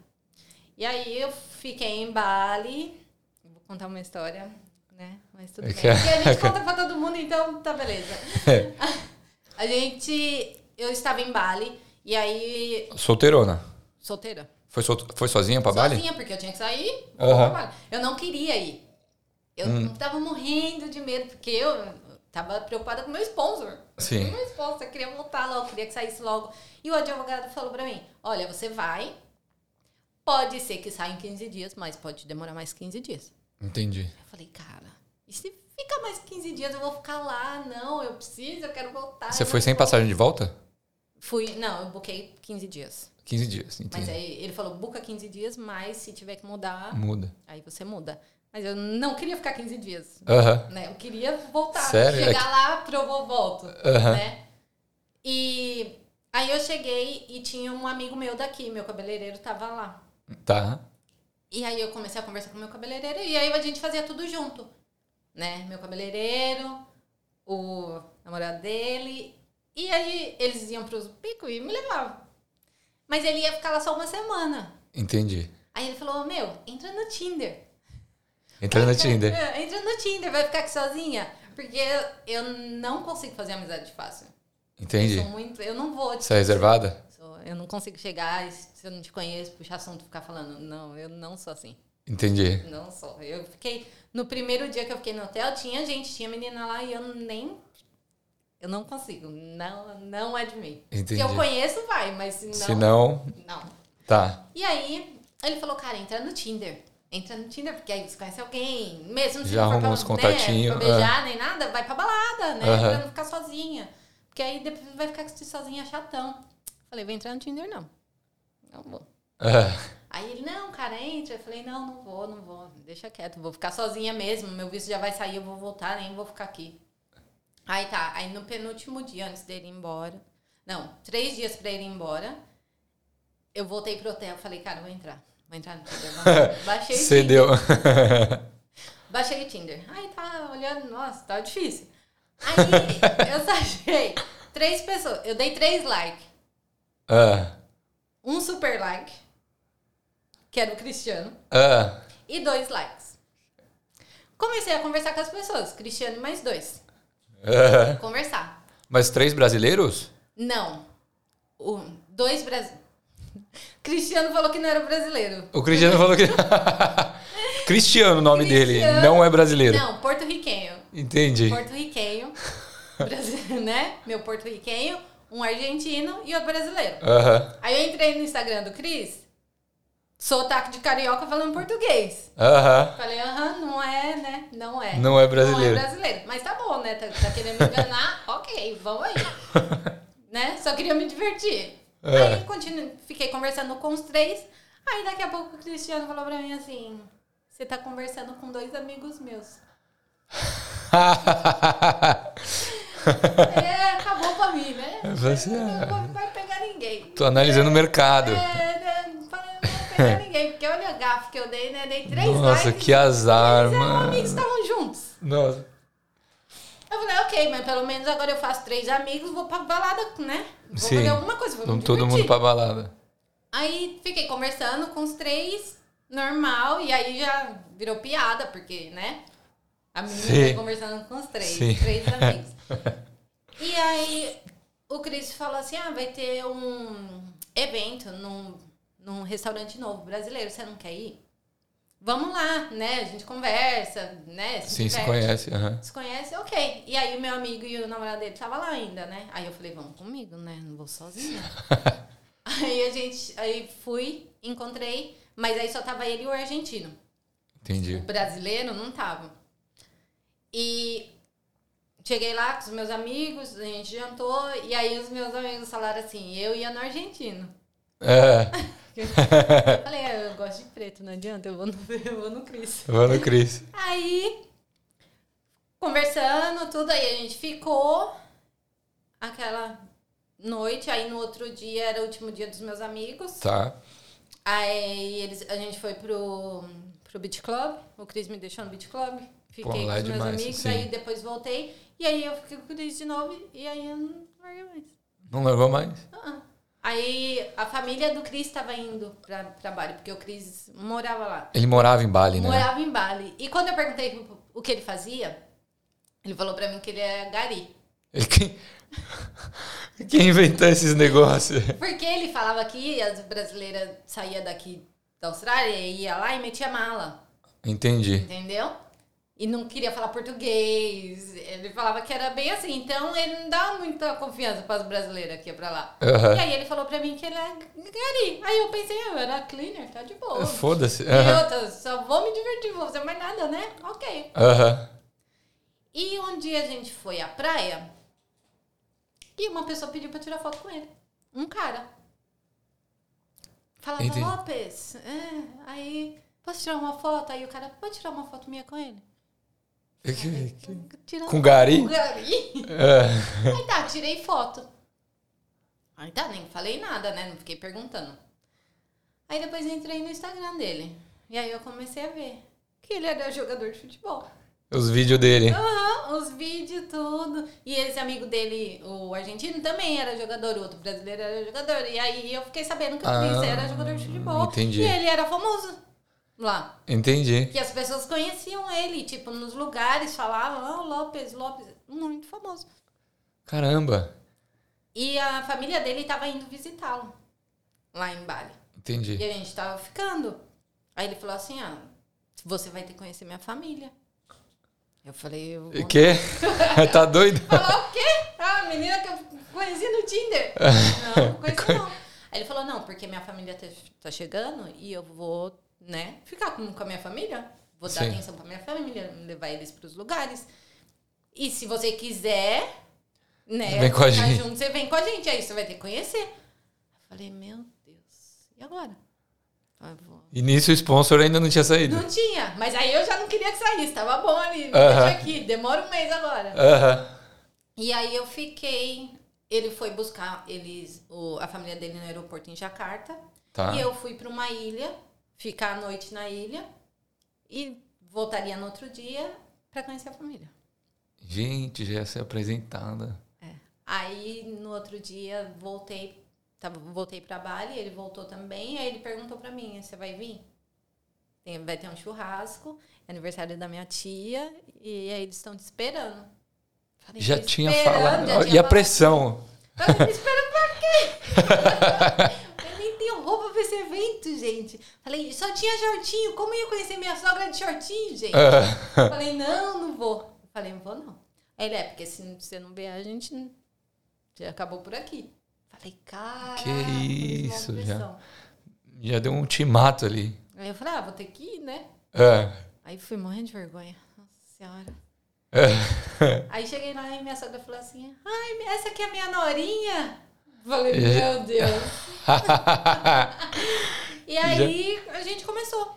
Speaker 1: E aí eu fiquei em Bali. Vou contar uma história, né? Mas tudo
Speaker 2: É
Speaker 1: bem.
Speaker 2: que-
Speaker 1: Porque a gente conta pra todo mundo, então tá beleza.
Speaker 2: É.
Speaker 1: A gente. Eu estava em Bali e aí.
Speaker 2: Solteirona.
Speaker 1: Solteira.
Speaker 2: Foi, sol, foi sozinha pra Bali?
Speaker 1: Sozinha, porque eu tinha que sair. vou
Speaker 2: Aham. Hum.
Speaker 1: pra Bali. Eu não queria ir. Eu tava morrendo de medo, porque eu tava preocupada com o meu sponsor.
Speaker 2: Sim.
Speaker 1: Meu sponsor, eu queria voltar logo, queria que saísse logo. E o advogado falou pra mim, olha, você vai, pode ser que saia em 15 dias, mas pode demorar mais 15 dias.
Speaker 2: Entendi.
Speaker 1: Eu falei, cara, e se fica mais 15 dias, eu vou ficar lá, não, eu preciso, eu quero voltar.
Speaker 2: Você
Speaker 1: eu
Speaker 2: foi
Speaker 1: Ah, não
Speaker 2: sem
Speaker 1: posso."
Speaker 2: passagem de volta?
Speaker 1: Fui, não, eu buquei 15 dias.
Speaker 2: 15 dias,
Speaker 1: Mas
Speaker 2: entendi.
Speaker 1: aí ele falou, buca 15 dias, mas se tiver que mudar,
Speaker 2: Muda.
Speaker 1: Aí você muda. Mas eu não queria ficar 15 dias,
Speaker 2: Aham.
Speaker 1: né? Eu queria voltar.
Speaker 2: Sério?
Speaker 1: Chegar lá, provou, volto,
Speaker 2: Aham.
Speaker 1: né? E aí eu cheguei e tinha um amigo meu daqui, meu cabeleireiro tava lá.
Speaker 2: Tá.
Speaker 1: E aí eu comecei a conversar com meu cabeleireiro e aí a gente fazia tudo junto, né? Meu cabeleireiro, o namorado dele. E aí eles iam pros picos e me levavam. Mas ele ia ficar lá só uma semana.
Speaker 2: Entendi.
Speaker 1: Aí ele falou, meu, entra no Tinder.
Speaker 2: Entra no
Speaker 1: Vai ficar-
Speaker 2: Tinder.
Speaker 1: é, Entra no Tinder, vai ficar aqui sozinha. Porque eu, eu não consigo fazer amizade fácil.
Speaker 2: Entendi.
Speaker 1: Eu sou muito. Eu não vou.
Speaker 2: Você é reservada?
Speaker 1: sou- Eu não consigo chegar, e se eu não te conheço, puxar assunto, ficar falando. Não, eu não sou assim.
Speaker 2: Entendi.
Speaker 1: Não sou. Eu fiquei. No primeiro dia que eu fiquei no hotel, tinha gente, tinha menina lá e eu nem. Eu não consigo. Não, não é de mim. Se eu
Speaker 2: Entendi.
Speaker 1: conheço, vai, mas se não.
Speaker 2: Se não,
Speaker 1: não.
Speaker 2: tá.
Speaker 1: E aí, ele falou, cara, entra no Tinder. Entra no Tinder, porque aí você conhece alguém. Mesmo se
Speaker 2: Já
Speaker 1: não for
Speaker 2: arruma uns
Speaker 1: pra, né,
Speaker 2: contatinho,
Speaker 1: pra beijar, nem nada, vai pra balada, né?
Speaker 2: Aham.
Speaker 1: Pra não ficar sozinha. Porque aí depois vai ficar sozinha chatão. Falei, vou entrar no Tinder, não. Não vou.
Speaker 2: Ah,
Speaker 1: Aí ele, não, cara, entra. Eu falei, não, não vou, não vou. Deixa quieto, vou ficar sozinha mesmo. Meu visto já vai sair, eu vou voltar, nem vou ficar aqui. Aí tá, aí no penúltimo dia, antes dele ir embora. Não, três dias pra ele ir embora. Eu voltei pro hotel, falei, cara, vou entrar. Vou entrar no Tinder. vou entrar. Baixei o Tinder.
Speaker 2: Cedeu.
Speaker 1: Baixei o Tinder. Aí tá olhando, nossa, tá difícil. Aí eu achei três pessoas. Eu dei três likes.
Speaker 2: Ah,
Speaker 1: Um super like, que era o Cristiano.
Speaker 2: ah,
Speaker 1: e dois likes. Comecei a conversar com as pessoas, Cristiano e mais dois.
Speaker 2: ah.
Speaker 1: Conversar.
Speaker 2: Mas três brasileiros?
Speaker 1: Não. O, dois brasileiros. Cristiano falou que não era brasileiro.
Speaker 2: O Cristiano falou que. Cristiano, o nome dele.
Speaker 1: Cristiano.
Speaker 2: Não é brasileiro.
Speaker 1: Não, porto-riquenho.
Speaker 2: Entendi.
Speaker 1: Porto-riquenho. Brasi- né? Meu porto-riquenho, um argentino e outro brasileiro.
Speaker 2: Aham.
Speaker 1: Aí eu entrei no Instagram do Cris, sotaque de carioca falando português.
Speaker 2: Aham.
Speaker 1: Falei, aham, não é, né? Não é.
Speaker 2: Não é brasileiro.
Speaker 1: Não é brasileiro. Mas tá bom, né? Tá, tá querendo me enganar? ok, vamos aí. né? Só queria me divertir.
Speaker 2: É.
Speaker 1: Aí continu... fiquei conversando com os três. Aí daqui a pouco o Cristiano falou pra mim assim: Você tá conversando com dois amigos meus. é, acabou pra mim, né?
Speaker 2: É Você-
Speaker 1: Não vou- vai pegar ninguém.
Speaker 2: Tô analisando o mercado.
Speaker 1: É, né? Não vai pegar ninguém, porque olha o gafo que eu dei, né? Dei três
Speaker 2: Nossa,
Speaker 1: likes.
Speaker 2: que azar,
Speaker 1: Eles eram
Speaker 2: mano.
Speaker 1: amigos, estavam juntos.
Speaker 2: Nossa.
Speaker 1: Eu falei, ok, mas pelo menos agora eu faço três amigos, vou pra balada, né? Vou
Speaker 2: Sim.
Speaker 1: fazer alguma coisa, vou me
Speaker 2: Vamos todo
Speaker 1: divertir.
Speaker 2: mundo pra balada.
Speaker 1: Aí fiquei conversando com os três, normal, e aí já virou piada, porque, né? A menina
Speaker 2: Sim.
Speaker 1: tá conversando com os três,
Speaker 2: Sim.
Speaker 1: três amigos. e aí o Cris falou assim: ah, vai ter um evento num, num restaurante novo brasileiro, você não quer ir? Vamos lá, né? A gente conversa, né?
Speaker 2: Sim, se
Speaker 1: diverte.
Speaker 2: conhece. aham.
Speaker 1: Se conhece? Ok. E aí o meu amigo e o namorado dele tava lá ainda, né? Aí eu falei, vamos comigo, né? Não vou sozinha. aí a gente. Aí fui, encontrei, mas aí só tava ele e o argentino. O
Speaker 2: Entendi.
Speaker 1: brasileiro não tava. E cheguei lá com os meus amigos, a gente jantou, e aí os meus amigos falaram assim, eu ia no argentino.
Speaker 2: É,
Speaker 1: Eu falei, ah, eu gosto de preto, não adianta, eu vou no, eu vou no Cris.
Speaker 2: vou no Cris.
Speaker 1: Aí, conversando, tudo, aí a gente ficou aquela noite, aí no outro dia era o último dia dos meus amigos.
Speaker 2: Tá.
Speaker 1: Aí eles, a gente foi pro, pro Beach Club, o Cris me deixou no Beach Club, fiquei
Speaker 2: Pô,
Speaker 1: com os
Speaker 2: lá é
Speaker 1: meus
Speaker 2: demais,
Speaker 1: amigos,
Speaker 2: sim.
Speaker 1: aí depois voltei, e aí eu fiquei com o Cris de novo, e aí eu não larguei mais.
Speaker 2: Não largou mais?
Speaker 1: Ah, Aí a família do Cris estava indo pra trabalho, porque o Cris morava lá.
Speaker 2: Ele morava em Bali, né?
Speaker 1: Morava em Bali. E quando eu perguntei o que ele fazia, ele falou pra mim que ele é gari.
Speaker 2: Ele- Quem... Quem inventou esses negócios?
Speaker 1: Porque ele falava que as brasileiras saía daqui da Austrália e ia lá e metia mala,
Speaker 2: Entendi.
Speaker 1: entendeu? E não queria falar português. Ele falava que era bem assim. Então ele não dá muita confiança para as brasileiras que ia pra lá. E
Speaker 2: Aham.
Speaker 1: aí ele falou pra mim que ele é gari. Aí eu pensei, "Ah, eu era cleaner, tá de boa.
Speaker 2: Foda-se.
Speaker 1: E
Speaker 2: Aham.
Speaker 1: outra, só vou me divertir, vou fazer mais nada, né? Ok.
Speaker 2: Aham.
Speaker 1: E um dia a gente foi à praia e uma pessoa pediu pra tirar foto com ele. Um cara. Falava,
Speaker 2: Entendi.
Speaker 1: Lopes, é, aí, posso tirar uma foto? Aí o cara, pode tirar uma foto minha com ele?
Speaker 2: Que- que-
Speaker 1: Tira
Speaker 2: Com gari?
Speaker 1: Com gari.
Speaker 2: É.
Speaker 1: Aí tá, tirei foto. Aí tá, nem falei nada, né? Não fiquei perguntando. Aí depois entrei no Instagram dele. E aí eu comecei a ver que ele era jogador de futebol.
Speaker 2: Os vídeos dele.
Speaker 1: os vídeos, tudo. E esse amigo dele, o argentino, também era jogador, o outro brasileiro era jogador. E aí eu fiquei sabendo que o Cris
Speaker 2: Ah,
Speaker 1: era jogador de futebol.
Speaker 2: entendi.
Speaker 1: E ele era famoso lá.
Speaker 2: Entendi.
Speaker 1: E as pessoas conheciam ele, tipo, nos lugares falavam, ah, o Lopes, Lopes, muito famoso.
Speaker 2: Caramba.
Speaker 1: E a família dele tava indo visitá-lo lá em Bali. E
Speaker 2: Entendi.
Speaker 1: a gente tava ficando. Aí ele falou assim, ah, você vai ter que conhecer minha família. Eu falei, eu vou
Speaker 2: E Quê? tá doido?
Speaker 1: Falar o quê? Ah, a menina que eu conheci no Tinder. Não, não conheci não. Aí ele falou, não, porque minha família tá, tá chegando e eu vou, né, ficar com, com a minha família. Vou dar
Speaker 2: Sim.
Speaker 1: atenção pra minha família, levar eles pros lugares. E se você quiser, né,
Speaker 2: Vem com
Speaker 1: ficar
Speaker 2: a gente.
Speaker 1: junto, você vem com a gente, aí você vai ter que conhecer. Eu falei, meu Deus, e agora? Ah, eu vou-
Speaker 2: E nisso o sponsor ainda não tinha saído.
Speaker 1: Não tinha, mas aí eu já não queria que saísse, tava bom ali, me
Speaker 2: Aham.
Speaker 1: deixa aqui, demora um mês agora.
Speaker 2: Aham.
Speaker 1: E aí eu fiquei. Ele foi buscar eles, o- a família dele no aeroporto em Jacarta.
Speaker 2: Tá.
Speaker 1: E eu fui para uma ilha, ficar a noite na ilha e voltaria no outro dia para conhecer a família.
Speaker 2: Gente, já ia ser apresentada.
Speaker 1: Aí no outro dia voltei, tava, voltei para Bali, ele voltou também. Aí ele perguntou para mim: "Você vai vir?" Tem- vai ter um churrasco, é aniversário da minha tia e aí eles estão te esperando. Falei,
Speaker 2: Já
Speaker 1: "Tô
Speaker 2: tinha
Speaker 1: esperando,
Speaker 2: falado.
Speaker 1: já
Speaker 2: Ó,
Speaker 1: tinha
Speaker 2: E a
Speaker 1: falado.
Speaker 2: pressão?
Speaker 1: Mas Tá, me espera pra quê? Eu nem tenho roupa pra esse evento, gente. Falei, só tinha shortinho. Como eu ia conhecer minha sogra de shortinho, gente?
Speaker 2: Ah,
Speaker 1: Falei, não, não vou. Falei, não vou não. Aí ele, é, porque se você não vier, a gente não- já acabou por aqui. Falei, cara.
Speaker 2: Que isso, já. já deu um ultimato ali.
Speaker 1: Aí eu falei, ah, vou ter que ir, né?
Speaker 2: Ah,
Speaker 1: Aí fui morrendo de vergonha. Nossa senhora.
Speaker 2: ah.
Speaker 1: Aí cheguei lá e minha sogra falou assim, ai, essa aqui é a minha norinha. Falei,
Speaker 2: É.
Speaker 1: meu Deus. E aí a gente começou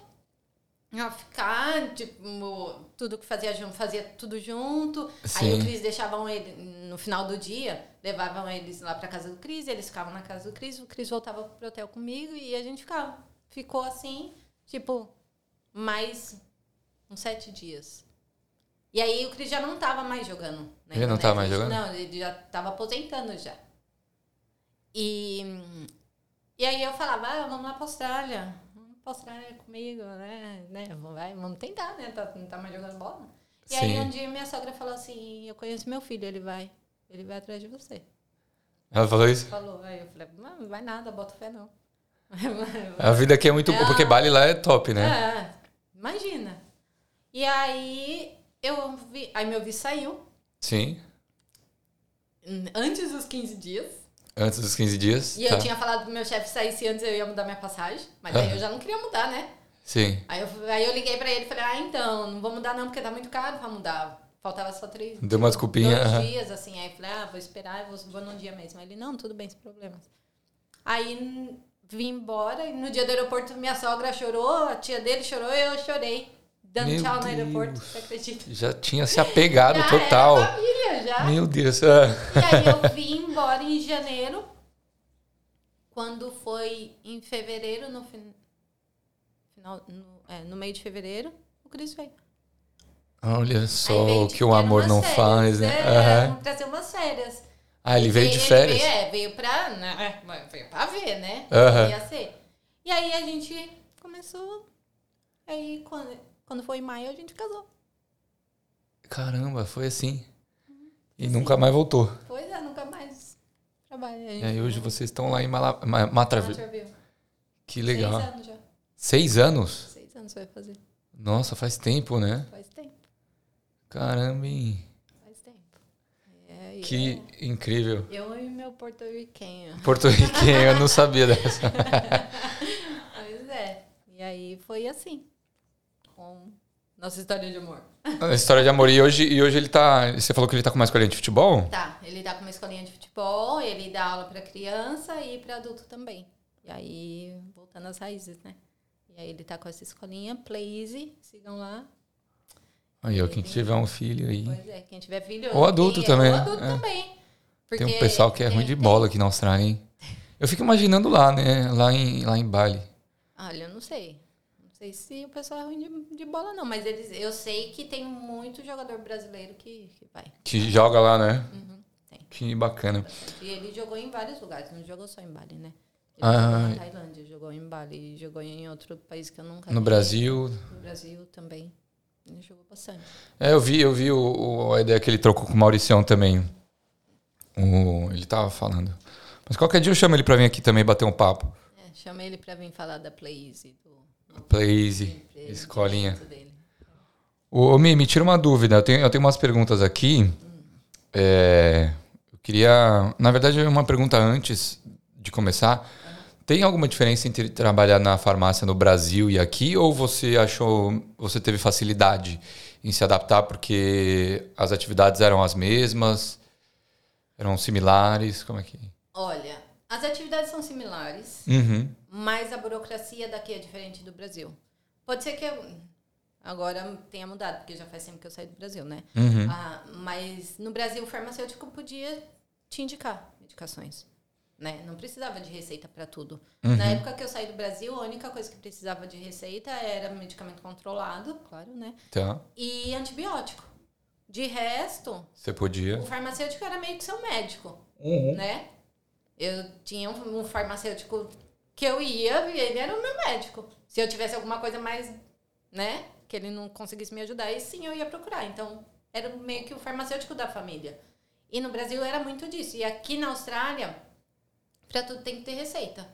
Speaker 1: a ficar, tipo, tudo que fazia junto, fazia tudo junto. Aí
Speaker 2: Sim.
Speaker 1: o Cris deixavam ele, no final do dia, levavam eles lá pra casa do Cris, eles ficavam na casa do Cris, o Cris voltava pro hotel comigo e a gente ficava. Ficou assim, tipo, mais uns sete dias. E aí o Cris já não tava mais jogando. na
Speaker 2: Ele não
Speaker 1: internet.
Speaker 2: tava mais jogando?
Speaker 1: Não, ele já tava aposentando já. E, e aí eu falava, ah, vamos lá pra Austrália. Vamos pra Austrália comigo, né? né? Vamos, vai, vamos tentar, né? Tá, não tá mais jogando bola. E aí
Speaker 2: Sim.
Speaker 1: um dia minha sogra falou assim, eu conheço meu filho, ele vai. Ele vai atrás de você.
Speaker 2: Ela falou isso?
Speaker 1: Falou. Aí eu falei, não, não vai nada, bota fé não.
Speaker 2: A vida aqui é muito boa, porque baile lá é top, né?
Speaker 1: É, imagina. E aí eu vi, aí meu visto saiu
Speaker 2: Sim.
Speaker 1: hum, antes dos 15 dias.
Speaker 2: Antes dos 15 dias.
Speaker 1: E
Speaker 2: tá.
Speaker 1: eu tinha falado pro meu chefe sair se antes eu ia mudar minha passagem, mas aí eu já não queria mudar, né?
Speaker 2: Sim.
Speaker 1: Aí eu, aí eu liguei pra ele e falei, ah, então, não vou mudar não, porque tá muito caro pra mudar. Faltava só três
Speaker 2: Deu uma desculpinha.
Speaker 1: dois
Speaker 2: aham.
Speaker 1: dias, assim. Aí eu falei, ah, vou esperar, vou, vou num dia mesmo. Aí ele, não, tudo bem, sem problemas. Aí n- vim embora e no dia do aeroporto minha sogra chorou, a tia dele chorou e eu chorei. Dando
Speaker 2: Meu
Speaker 1: tchau no
Speaker 2: Deus.
Speaker 1: aeroporto, você acredita?
Speaker 2: Já tinha se apegado
Speaker 1: Já
Speaker 2: Ah, total.
Speaker 1: Era família, já.
Speaker 2: Meu Deus. ah.
Speaker 1: E aí eu vim embora em janeiro. Quando foi em fevereiro, no fin- final, no, é, no meio de fevereiro, o Cris veio.
Speaker 2: Olha
Speaker 1: Aí veio,
Speaker 2: só o
Speaker 1: tipo,
Speaker 2: que o
Speaker 1: era
Speaker 2: amor
Speaker 1: umas
Speaker 2: não
Speaker 1: férias,
Speaker 2: faz, né?
Speaker 1: É,
Speaker 2: Aham.
Speaker 1: Trazer umas férias.
Speaker 2: Ah, ele veio de
Speaker 1: Ele
Speaker 2: férias.
Speaker 1: Veio, é, veio pra, né, mas veio pra ver, né?
Speaker 2: Aham.
Speaker 1: Ia ser. E aí a gente começou. Aí quando, quando foi em maio a gente casou.
Speaker 2: Caramba, foi assim. E nunca mais voltou.
Speaker 1: Pois é, nunca mais trabalhei. A
Speaker 2: E
Speaker 1: gente
Speaker 2: aí hoje
Speaker 1: ficou
Speaker 2: vocês estão lá em Mala... Ma-
Speaker 1: na
Speaker 2: Matraville.
Speaker 1: Nature
Speaker 2: Que
Speaker 1: View.
Speaker 2: legal.
Speaker 1: Seis anos já.
Speaker 2: Seis anos?
Speaker 1: Seis anos vai fazer.
Speaker 2: Nossa, faz tempo, né?
Speaker 1: Faz tempo,
Speaker 2: Caramba, hein?
Speaker 1: faz tempo. É, e
Speaker 2: Que incrível.
Speaker 1: Eu, eu e meu porto-riquenho.
Speaker 2: Porto-riquenho, eu não sabia dessa.
Speaker 1: Pois é. E aí foi assim. Com nossa história de amor.
Speaker 2: A história de amor. E hoje, e hoje ele tá. Você falou que ele tá com mais colinha de futebol?
Speaker 1: Tá, ele dá com uma escolinha de futebol, ele dá aula pra criança e pra adulto também. E aí, voltando às raízes, né? E aí ele tá com essa escolinha, Play Easy, sigam lá.
Speaker 2: Aí, ó, quem tiver um filho aí.
Speaker 1: Pois é, quem tiver filho...
Speaker 2: Ou
Speaker 1: quem
Speaker 2: adulto
Speaker 1: é-
Speaker 2: também,
Speaker 1: Ou adulto
Speaker 2: é.
Speaker 1: também.
Speaker 2: Tem um
Speaker 1: Porque
Speaker 2: pessoal que é
Speaker 1: tem-
Speaker 2: ruim de
Speaker 1: tem- um
Speaker 2: bola aqui na Austrália, hein? Eu fico imaginando lá, né? Lá em, lá em Bali.
Speaker 1: Olha, eu não sei. Não sei se o pessoal é ruim de, de bola, não. Mas eles, eu sei que tem muito jogador brasileiro que, que vai.
Speaker 2: Que joga lá, né?
Speaker 1: Uhum, tem.
Speaker 2: Que bacana.
Speaker 1: E ele jogou em vários lugares, não jogou só em Bali, né? Ele
Speaker 2: Ah.
Speaker 1: jogou na Tailândia, jogou em Bali, jogou em outro país que eu nunca
Speaker 2: No
Speaker 1: vi.
Speaker 2: Brasil.
Speaker 1: No Brasil também. Ele jogou bastante.
Speaker 2: É, eu vi, eu vi o, o- a ideia que ele trocou com o Mauricião também. O, ele tava falando. Mas qualquer dia eu chamo ele pra vir aqui também bater um papo.
Speaker 1: É, chamei ele pra vir falar da Play Easy, do
Speaker 2: Play easy,
Speaker 1: emprego,
Speaker 2: escolinha.
Speaker 1: do dele.
Speaker 2: Ô, ô, Mi, me tira uma dúvida. Eu tenho, eu tenho umas perguntas aqui. É, eu queria. Na verdade, uma pergunta antes de começar. Tem alguma diferença entre trabalhar na farmácia no Brasil e aqui? Ou você achou. Você teve facilidade em se adaptar porque as atividades eram as mesmas? Eram similares? Como é que.
Speaker 1: Olha, as atividades são similares.
Speaker 2: Uhum.
Speaker 1: mas a burocracia daqui é diferente do Brasil. Pode ser que eu- agora tenha mudado, porque já faz tempo que eu saí do Brasil, né?
Speaker 2: Uhum.
Speaker 1: Ah, mas no Brasil, o farmacêutico podia te indicar medicações, né? Não precisava de receita para tudo. Na época que eu saí do Brasil, a única coisa que precisava de receita era medicamento controlado, claro, né?
Speaker 2: Tá.
Speaker 1: E antibiótico. De resto,
Speaker 2: Você podia.
Speaker 1: o farmacêutico era meio que seu médico
Speaker 2: Uhum.
Speaker 1: né? Eu tinha um, um farmacêutico que eu ia e ele era o meu médico. Se eu tivesse alguma coisa mais, né, que ele não conseguisse me ajudar, aí sim eu ia procurar. Então, era meio que o farmacêutico da família. E no Brasil era muito disso. E aqui na Austrália, pra tudo tem que ter receita.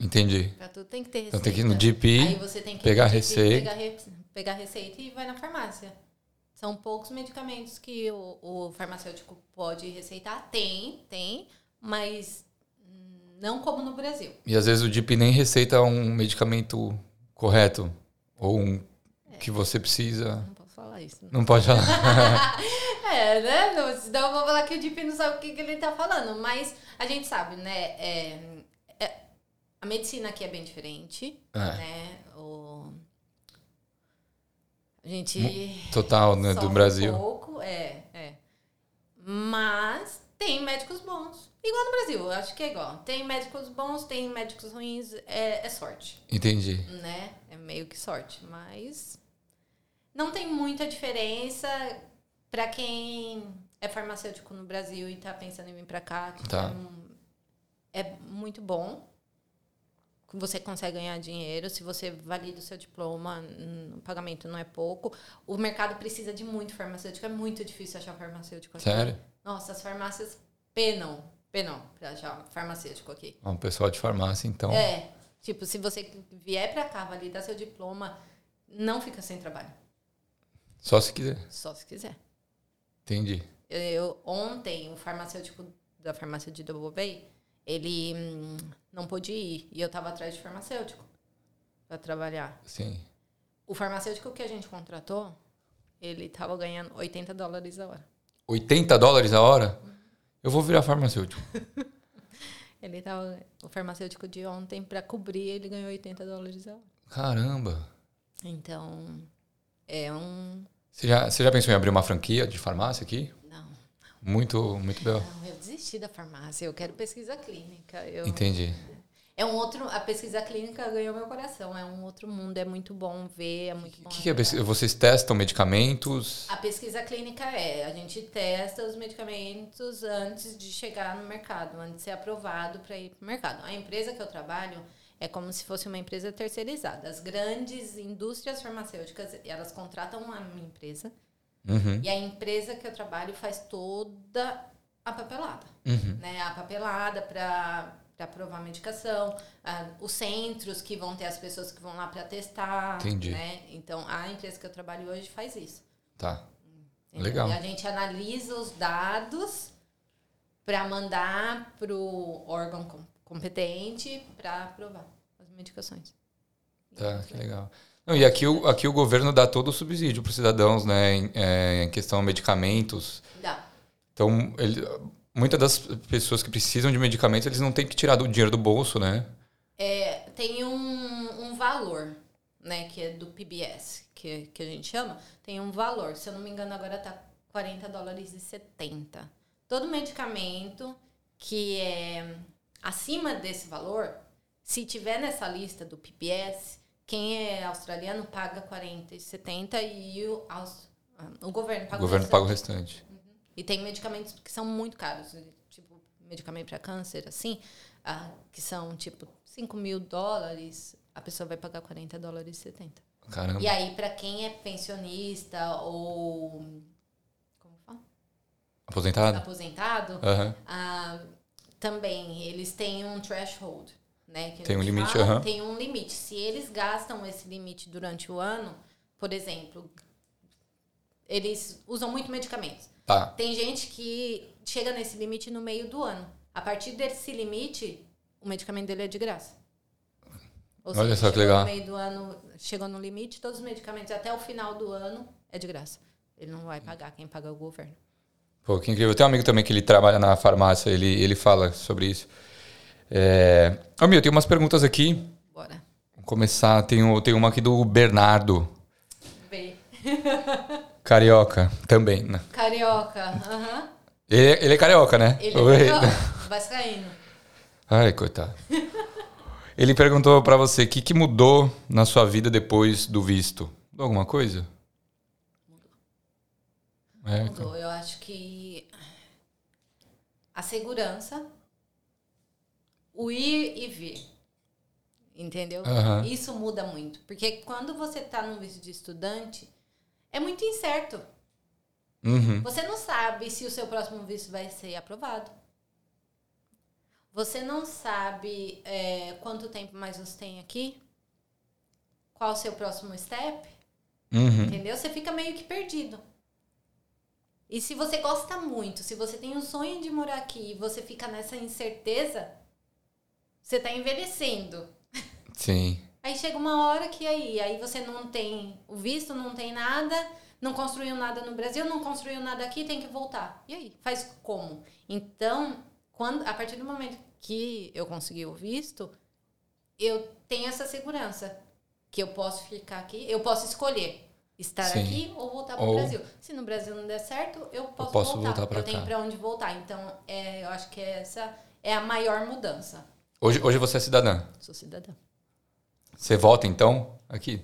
Speaker 2: Entendi.
Speaker 1: Pra tudo tem que ter receita.
Speaker 2: Então tem que ir no
Speaker 1: Aí
Speaker 2: GP.
Speaker 1: você tem que
Speaker 2: pegar
Speaker 1: pegar
Speaker 2: receita.
Speaker 1: Pegar, re- pegar receita e vai na farmácia. São poucos medicamentos que o, o farmacêutico pode receitar. Tem, tem, mas hum, não como no Brasil.
Speaker 2: E às vezes o DIP nem receita um medicamento correto. Ou um
Speaker 1: É.
Speaker 2: que você precisa.
Speaker 1: Não posso falar isso. né?
Speaker 2: Não pode falar.
Speaker 1: É, né? Não, senão eu vou falar que o Dip não sabe o que, que ele tá falando. Mas a gente sabe, né? É, é- a medicina aqui é bem diferente,
Speaker 2: É,
Speaker 1: né? O, a gente...
Speaker 2: total, né? Do
Speaker 1: Sofre Um
Speaker 2: Brasil.
Speaker 1: pouco, é, é. Mas tem médicos bons. Igual no Brasil, eu acho que é igual. Tem médicos bons, tem médicos ruins, é, é sorte,
Speaker 2: Entendi.
Speaker 1: né? É meio que sorte, mas não tem muita diferença pra quem é farmacêutico no Brasil e tá pensando em vir pra cá. que
Speaker 2: Tá.
Speaker 1: é um- É muito bom. Você consegue ganhar dinheiro se você valida o seu diploma, hum, o pagamento não é pouco. O mercado precisa de muito farmacêutico, é muito difícil achar farmacêutico aqui.
Speaker 2: Sério?
Speaker 1: Nossa, as farmácias penam Penon, pra já, farmacêutico aqui.
Speaker 2: Ó, o É um pessoal de farmácia, então.
Speaker 1: É, tipo, se você vier pra cá validar seu diploma, não fica sem trabalho.
Speaker 2: Só se quiser.
Speaker 1: Só se quiser.
Speaker 2: Entendi.
Speaker 1: Eu, eu- ontem, o farmacêutico da farmácia de Dobovei, ele hum, não pôde ir. E eu tava atrás de farmacêutico pra trabalhar.
Speaker 2: Sim.
Speaker 1: O farmacêutico que a gente contratou, ele tava ganhando 80 dólares a hora.
Speaker 2: 80 dólares a hora? Eu vou virar farmacêutico.
Speaker 1: Ele tava, o farmacêutico de ontem, pra cobrir, ele ganhou 80 dólares a hora.
Speaker 2: Caramba.
Speaker 1: Então, é um.
Speaker 2: Você já, você já pensou em abrir uma franquia de farmácia aqui?
Speaker 1: Não,
Speaker 2: Muito, muito bem.
Speaker 1: não, eu desisti da farmácia, eu quero pesquisa clínica. Eu,
Speaker 2: Entendi.
Speaker 1: é um outro. A pesquisa clínica ganhou meu coração, é um outro mundo, é muito bom ver, é muito
Speaker 2: O
Speaker 1: bom.
Speaker 2: que, que é?
Speaker 1: ajudar.
Speaker 2: pesqui- Vocês testam medicamentos?
Speaker 1: A pesquisa clínica é, a gente testa os medicamentos antes de chegar no mercado, antes de ser aprovado para ir para o mercado. A empresa que eu trabalho é como se fosse uma empresa terceirizada. As grandes indústrias farmacêuticas, elas contratam uma empresa
Speaker 2: Uhum,
Speaker 1: e a empresa que eu trabalho faz toda a papelada
Speaker 2: uhum.
Speaker 1: né, a papelada para aprovar a medicação, ah, os centros que vão ter as pessoas que vão lá para testar,
Speaker 2: Entendi.
Speaker 1: né? Então a empresa que eu trabalho hoje faz isso.
Speaker 2: Tá.
Speaker 1: entendeu?
Speaker 2: Legal.
Speaker 1: E a gente analisa os dados para mandar pro órgão com- competente para aprovar as medicações.
Speaker 2: Tá, que legal. Não, e aqui o, aqui o governo dá todo o subsídio para os cidadãos, né? Em, é, em questão a medicamentos.
Speaker 1: Dá.
Speaker 2: Então, ele, muitas das pessoas que precisam de medicamentos, eles não têm que tirar do dinheiro do bolso, né?
Speaker 1: É, tem um, um valor, né, que é do PBS, que, que a gente chama, tem um valor. Se eu não me engano, agora tá 40 dólares e 70. Todo medicamento que é acima desse valor, se tiver nessa lista do PBS, quem é australiano paga 40 e 70 e o, aus- ah, o governo
Speaker 2: O
Speaker 1: paga
Speaker 2: governo paga o restante.
Speaker 1: e tem medicamentos que são muito caros, né? tipo medicamento para câncer, assim, ah, que são tipo 5 mil dólares, a pessoa vai pagar 40 dólares e 70.
Speaker 2: Caramba.
Speaker 1: E aí, para quem é pensionista ou. Como fala?
Speaker 2: Aposentado?
Speaker 1: Aposentado,
Speaker 2: Aham.
Speaker 1: ah, também eles têm um threshold, né? que a
Speaker 2: Tem um
Speaker 1: gente
Speaker 2: limite,
Speaker 1: fala,
Speaker 2: aham.
Speaker 1: Tem um limite. Se eles gastam esse limite durante o ano, por exemplo, eles usam muito medicamentos.
Speaker 2: Tá.
Speaker 1: Tem gente que chega nesse limite no meio do ano. A partir desse limite, o medicamento dele é de graça. Ou
Speaker 2: Olha só que
Speaker 1: chegou
Speaker 2: legal.
Speaker 1: No meio do ano, chegou no limite, todos os medicamentos até o final do ano é de graça. Ele não vai pagar, quem paga é o governo.
Speaker 2: Pô, que incrível. Eu tenho um amigo também que ele trabalha na farmácia, ele, ele fala sobre isso. É... Ô, Mil, tem umas perguntas aqui.
Speaker 1: Bora.
Speaker 2: Vamos começar. Tem, um- tem uma aqui do Bernardo.
Speaker 1: Vê.
Speaker 2: Carioca também. né?
Speaker 1: Carioca. Aham.
Speaker 2: Ele, é- ele é carioca, né?
Speaker 1: Ele
Speaker 2: Oi.
Speaker 1: é vascaíno.
Speaker 2: Ai, coitado. Ele perguntou pra você o que, que mudou na sua vida depois do visto. Mudou alguma coisa? É,
Speaker 1: Mudou. Eu acho que a segurança, o ir e vir, entendeu?
Speaker 2: Aham.
Speaker 1: Isso muda muito, porque quando você está no visto de estudante, é muito incerto.
Speaker 2: uhum.
Speaker 1: Você não sabe se o seu próximo visto vai ser aprovado. Você não sabe é, quanto tempo mais você tem aqui, qual o seu próximo step.
Speaker 2: Uhum.
Speaker 1: Entendeu? Você fica meio que perdido. E se você gosta muito, se você tem um sonho de morar aqui e você fica nessa incerteza, você tá envelhecendo.
Speaker 2: Sim.
Speaker 1: Aí chega uma hora que aí, aí você não tem o visto, não tem nada, não construiu nada no Brasil, não construiu nada aqui, tem que voltar. E aí, faz como? Então, quando a partir do momento que eu consegui o visto, eu tenho essa segurança que eu posso ficar aqui, eu posso escolher estar
Speaker 2: Sim.
Speaker 1: aqui ou voltar para o
Speaker 2: Ou-
Speaker 1: Brasil. Se no Brasil não der certo, eu posso,
Speaker 2: posso
Speaker 1: voltar,
Speaker 2: voltar pra
Speaker 1: eu tenho
Speaker 2: cá.
Speaker 1: para onde voltar. Então, é, eu acho que essa é a maior mudança.
Speaker 2: Hoje, hoje você é cidadã.
Speaker 1: Sou cidadã.
Speaker 2: Você vota então? Aqui.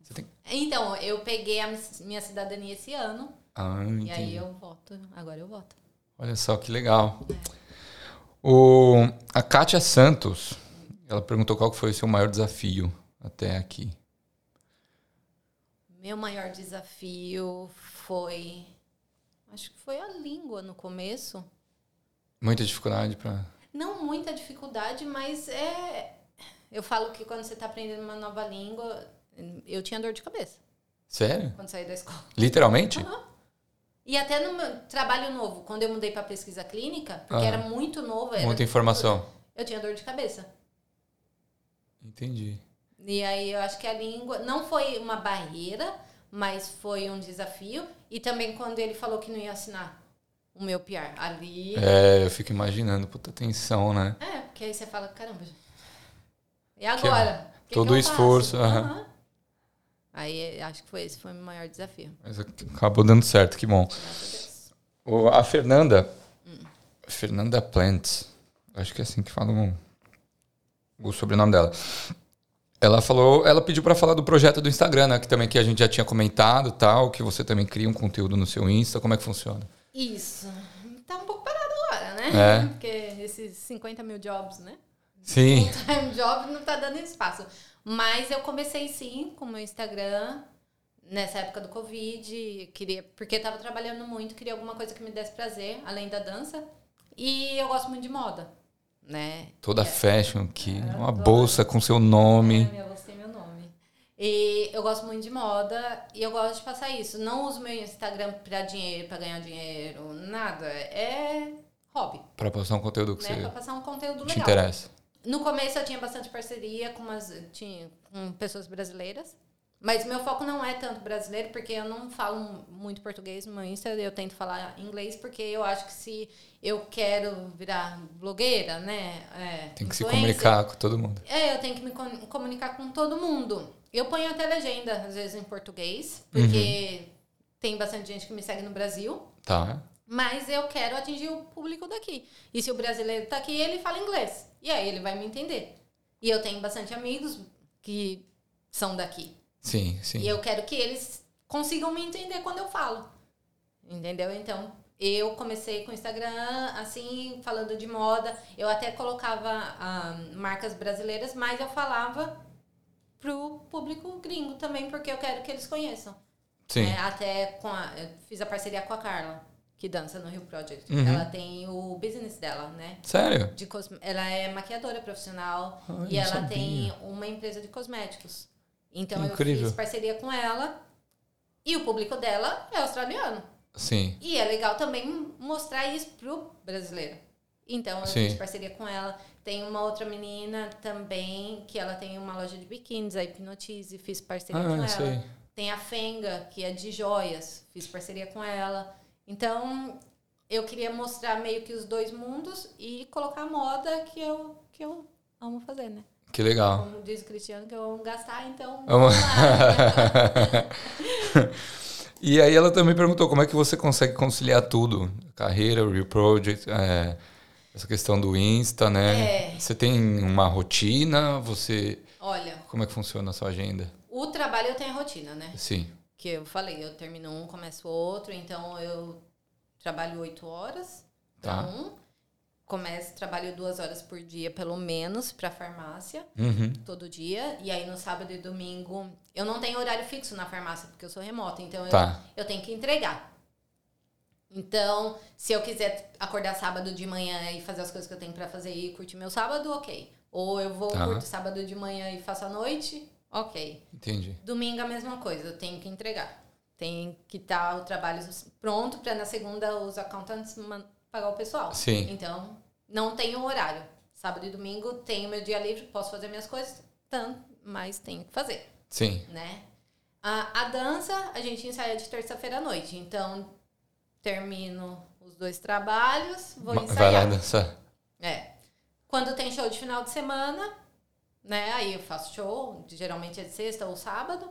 Speaker 2: Você tem...
Speaker 1: Então, eu peguei a minha cidadania esse ano
Speaker 2: Ah, entendi.
Speaker 1: e aí eu voto. Agora eu voto.
Speaker 2: Olha só que legal.
Speaker 1: É.
Speaker 2: O, a Kátia Santos, ela perguntou qual que foi o seu maior desafio até aqui.
Speaker 1: Meu maior desafio foi. Acho que foi a língua no começo.
Speaker 2: Muita dificuldade para.
Speaker 1: Não muita dificuldade, mas é. Eu falo que quando você está aprendendo uma nova língua, eu tinha dor de cabeça
Speaker 2: Sério?
Speaker 1: quando saí da escola.
Speaker 2: Literalmente?
Speaker 1: Aham. E até no meu trabalho novo, quando eu mudei para pesquisa clínica, porque
Speaker 2: Ah.
Speaker 1: era muito novo, era,
Speaker 2: Muita informação.
Speaker 1: eu tinha dor de cabeça.
Speaker 2: Entendi.
Speaker 1: E aí eu acho que a língua não foi uma barreira, mas foi um desafio. E também quando ele falou que não ia assinar o meu PR ali. É,
Speaker 2: É, eu fico imaginando, puta tensão, né?
Speaker 1: porque aí você fala, caramba. E agora? O que
Speaker 2: todo
Speaker 1: que eu
Speaker 2: esforço,
Speaker 1: faço?
Speaker 2: aham.
Speaker 1: Aham. Aí eh, acho que foi esse foi o maior desafio.
Speaker 2: Mas acabou dando certo, que bom.
Speaker 1: graças a Deus.
Speaker 2: O- a Fernanda.
Speaker 1: Hum.
Speaker 2: Fernanda Plant. Acho que é assim que fala o, o sobrenome dela. Ela falou, ela pediu para falar do projeto do Instagram, né, que também que a gente já tinha comentado, tal, que você também cria um conteúdo no seu Insta, como é que funciona?
Speaker 1: Isso. Tá um pouco parado agora, né?
Speaker 2: É.
Speaker 1: Porque esses 50 mil jobs, né?
Speaker 2: Sim.
Speaker 1: time job não tá dando espaço. Mas eu comecei sim com o meu Instagram nessa época do Covid, queria, porque tava trabalhando muito, queria alguma coisa que me desse prazer, além da dança. E eu gosto muito de moda, né?
Speaker 2: Toda fashion aqui, uma
Speaker 1: É, adoro.
Speaker 2: bolsa com seu nome.
Speaker 1: É, eu gostei meu nome. E eu gosto muito de moda e eu gosto de passar isso. Não uso meu Instagram pra dinheiro, pra ganhar dinheiro, nada. É hobby,
Speaker 2: Pra postar um conteúdo que
Speaker 1: né? Pra
Speaker 2: você
Speaker 1: passar um conteúdo
Speaker 2: te
Speaker 1: legal.
Speaker 2: interessa.
Speaker 1: No começo eu tinha bastante parceria com, umas, tinha, com pessoas brasileiras. Mas meu foco não é tanto brasileiro, porque eu não falo muito português no meu Insta. Eu tento falar inglês, porque eu acho que se eu quero virar blogueira, né? é,
Speaker 2: Tem que se
Speaker 1: influencer,
Speaker 2: comunicar com todo mundo.
Speaker 1: É, eu tenho que me com- comunicar com todo mundo. Eu ponho até legenda, às vezes, em português,
Speaker 2: Uhum.
Speaker 1: porque tem bastante gente que me segue no Brasil.
Speaker 2: Tá.
Speaker 1: Mas eu quero atingir o público daqui. E se o brasileiro tá aqui, ele fala inglês. E aí ele vai me entender. E eu tenho bastante amigos que são daqui.
Speaker 2: Sim, sim.
Speaker 1: E eu quero que eles consigam me entender quando eu falo. Entendeu? Então, eu comecei com o Instagram, assim, falando de moda. Eu até colocava ah, marcas brasileiras, mas eu falava pro público gringo também, porque eu quero que eles conheçam.
Speaker 2: Sim.
Speaker 1: É, até com a, eu fiz a parceria com a Carla, que dança no Rio Project.
Speaker 2: Uhum.
Speaker 1: Ela tem o business dela, né?
Speaker 2: Sério?
Speaker 1: De cosme- Ela é maquiadora profissional
Speaker 2: Ah, eu
Speaker 1: e
Speaker 2: não
Speaker 1: ela
Speaker 2: sabia.
Speaker 1: tem uma empresa de cosméticos. Então eu
Speaker 2: Incrível.
Speaker 1: fiz parceria com ela e o público dela é australiano.
Speaker 2: Sim.
Speaker 1: E é legal também mostrar isso pro brasileiro. Então eu
Speaker 2: Sim.
Speaker 1: fiz parceria com ela. Tem uma outra menina também que ela tem uma loja de biquínis, a Hipnotize, fiz parceria com
Speaker 2: Ah,
Speaker 1: ela.
Speaker 2: sei.
Speaker 1: Tem a Fenga, que é de joias, fiz parceria com ela. Então, eu queria mostrar meio que os dois mundos e colocar a moda que eu, que eu amo fazer, né?
Speaker 2: Que legal.
Speaker 1: Como diz o Cristiano, que eu amo gastar, então.
Speaker 2: Amo-
Speaker 1: vamos lá.
Speaker 2: É E aí ela também perguntou como é que você consegue conciliar tudo. Carreira, o Real Project, é, essa questão do Insta, né?
Speaker 1: É.
Speaker 2: Você tem uma rotina? Você.
Speaker 1: Olha,
Speaker 2: Como é que funciona a sua agenda?
Speaker 1: o trabalho eu tenho rotina, né?
Speaker 2: Sim.
Speaker 1: Que eu falei, eu termino um, começo outro, então eu trabalho oito horas
Speaker 2: Tá.
Speaker 1: pra um. Começo, trabalho duas horas por dia, pelo menos, pra farmácia.
Speaker 2: Uhum.
Speaker 1: todo dia. E aí no sábado e domingo. Eu não tenho horário fixo na farmácia, porque eu sou remota, então eu-
Speaker 2: Tá.
Speaker 1: eu, tenho que entregar. Então, se eu quiser acordar sábado de manhã e fazer as coisas que eu tenho pra fazer e curtir meu sábado, ok. Ou eu vou,
Speaker 2: Tá.
Speaker 1: curto sábado de manhã e faço à noite, ok.
Speaker 2: Entendi.
Speaker 1: Domingo a mesma coisa, eu tenho que entregar. Tem que estar o trabalho pronto pra na segunda os accountants man- pagar o pessoal.
Speaker 2: Sim.
Speaker 1: Então, não tenho horário. Sábado e domingo tenho meu dia livre, posso fazer minhas coisas, tanto, mas tenho que fazer,
Speaker 2: Sim.
Speaker 1: né? A, a dança, a gente ensaia de terça-feira à noite. Então, termino os dois trabalhos, vou
Speaker 2: Ma- Vai lá
Speaker 1: ensaiar.
Speaker 2: dançar.
Speaker 1: É. Quando tem show de final de semana, né? Aí eu faço show, geralmente é de sexta ou sábado.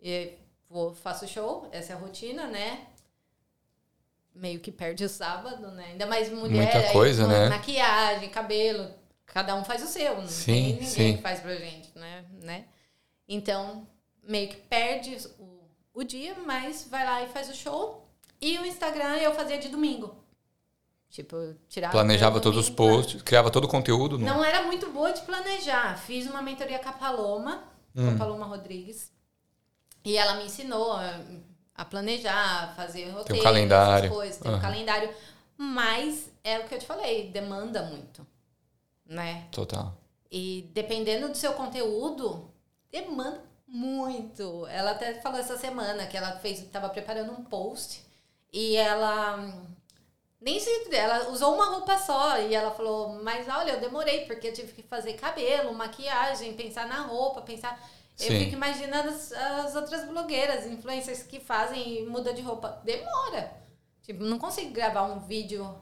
Speaker 1: E vou, faço show, essa é a rotina, né? Meio que perde o sábado, né? Ainda mais mulher.
Speaker 2: Muita
Speaker 1: aí,
Speaker 2: coisa,
Speaker 1: com
Speaker 2: né?
Speaker 1: Maquiagem, cabelo. Cada um faz o seu. Não
Speaker 2: Sim,
Speaker 1: tem ninguém
Speaker 2: sim.
Speaker 1: que faz pra gente, né? né? Então, meio que perde o, o dia, mas vai lá e faz o show. E o Instagram eu fazia de domingo. Tipo, eu tirava.
Speaker 2: Planejava
Speaker 1: meu
Speaker 2: todos os
Speaker 1: domingo pra-
Speaker 2: posts, criava todo o conteúdo. No...
Speaker 1: não era muito boa de planejar. Fiz uma mentoria com a Paloma,
Speaker 2: Hum.
Speaker 1: com a Paloma Rodrigues. E ela me ensinou a, a planejar, a fazer roteiro,
Speaker 2: calendário.
Speaker 1: essas coisas, tem um
Speaker 2: Aham.
Speaker 1: calendário. Mas é o que eu te falei, demanda muito, né?
Speaker 2: Total.
Speaker 1: E dependendo do seu conteúdo, demanda muito. Ela até falou essa semana que ela fez, estava preparando um post e ela hum, nem se ela usou uma roupa só e ela falou: "Mas olha, eu demorei porque eu tive que fazer cabelo, maquiagem, pensar na roupa, pensar eu
Speaker 2: Sim.
Speaker 1: fico imaginando as, as outras blogueiras, influencers que fazem e muda de roupa. Demora. Tipo, não consigo gravar um vídeo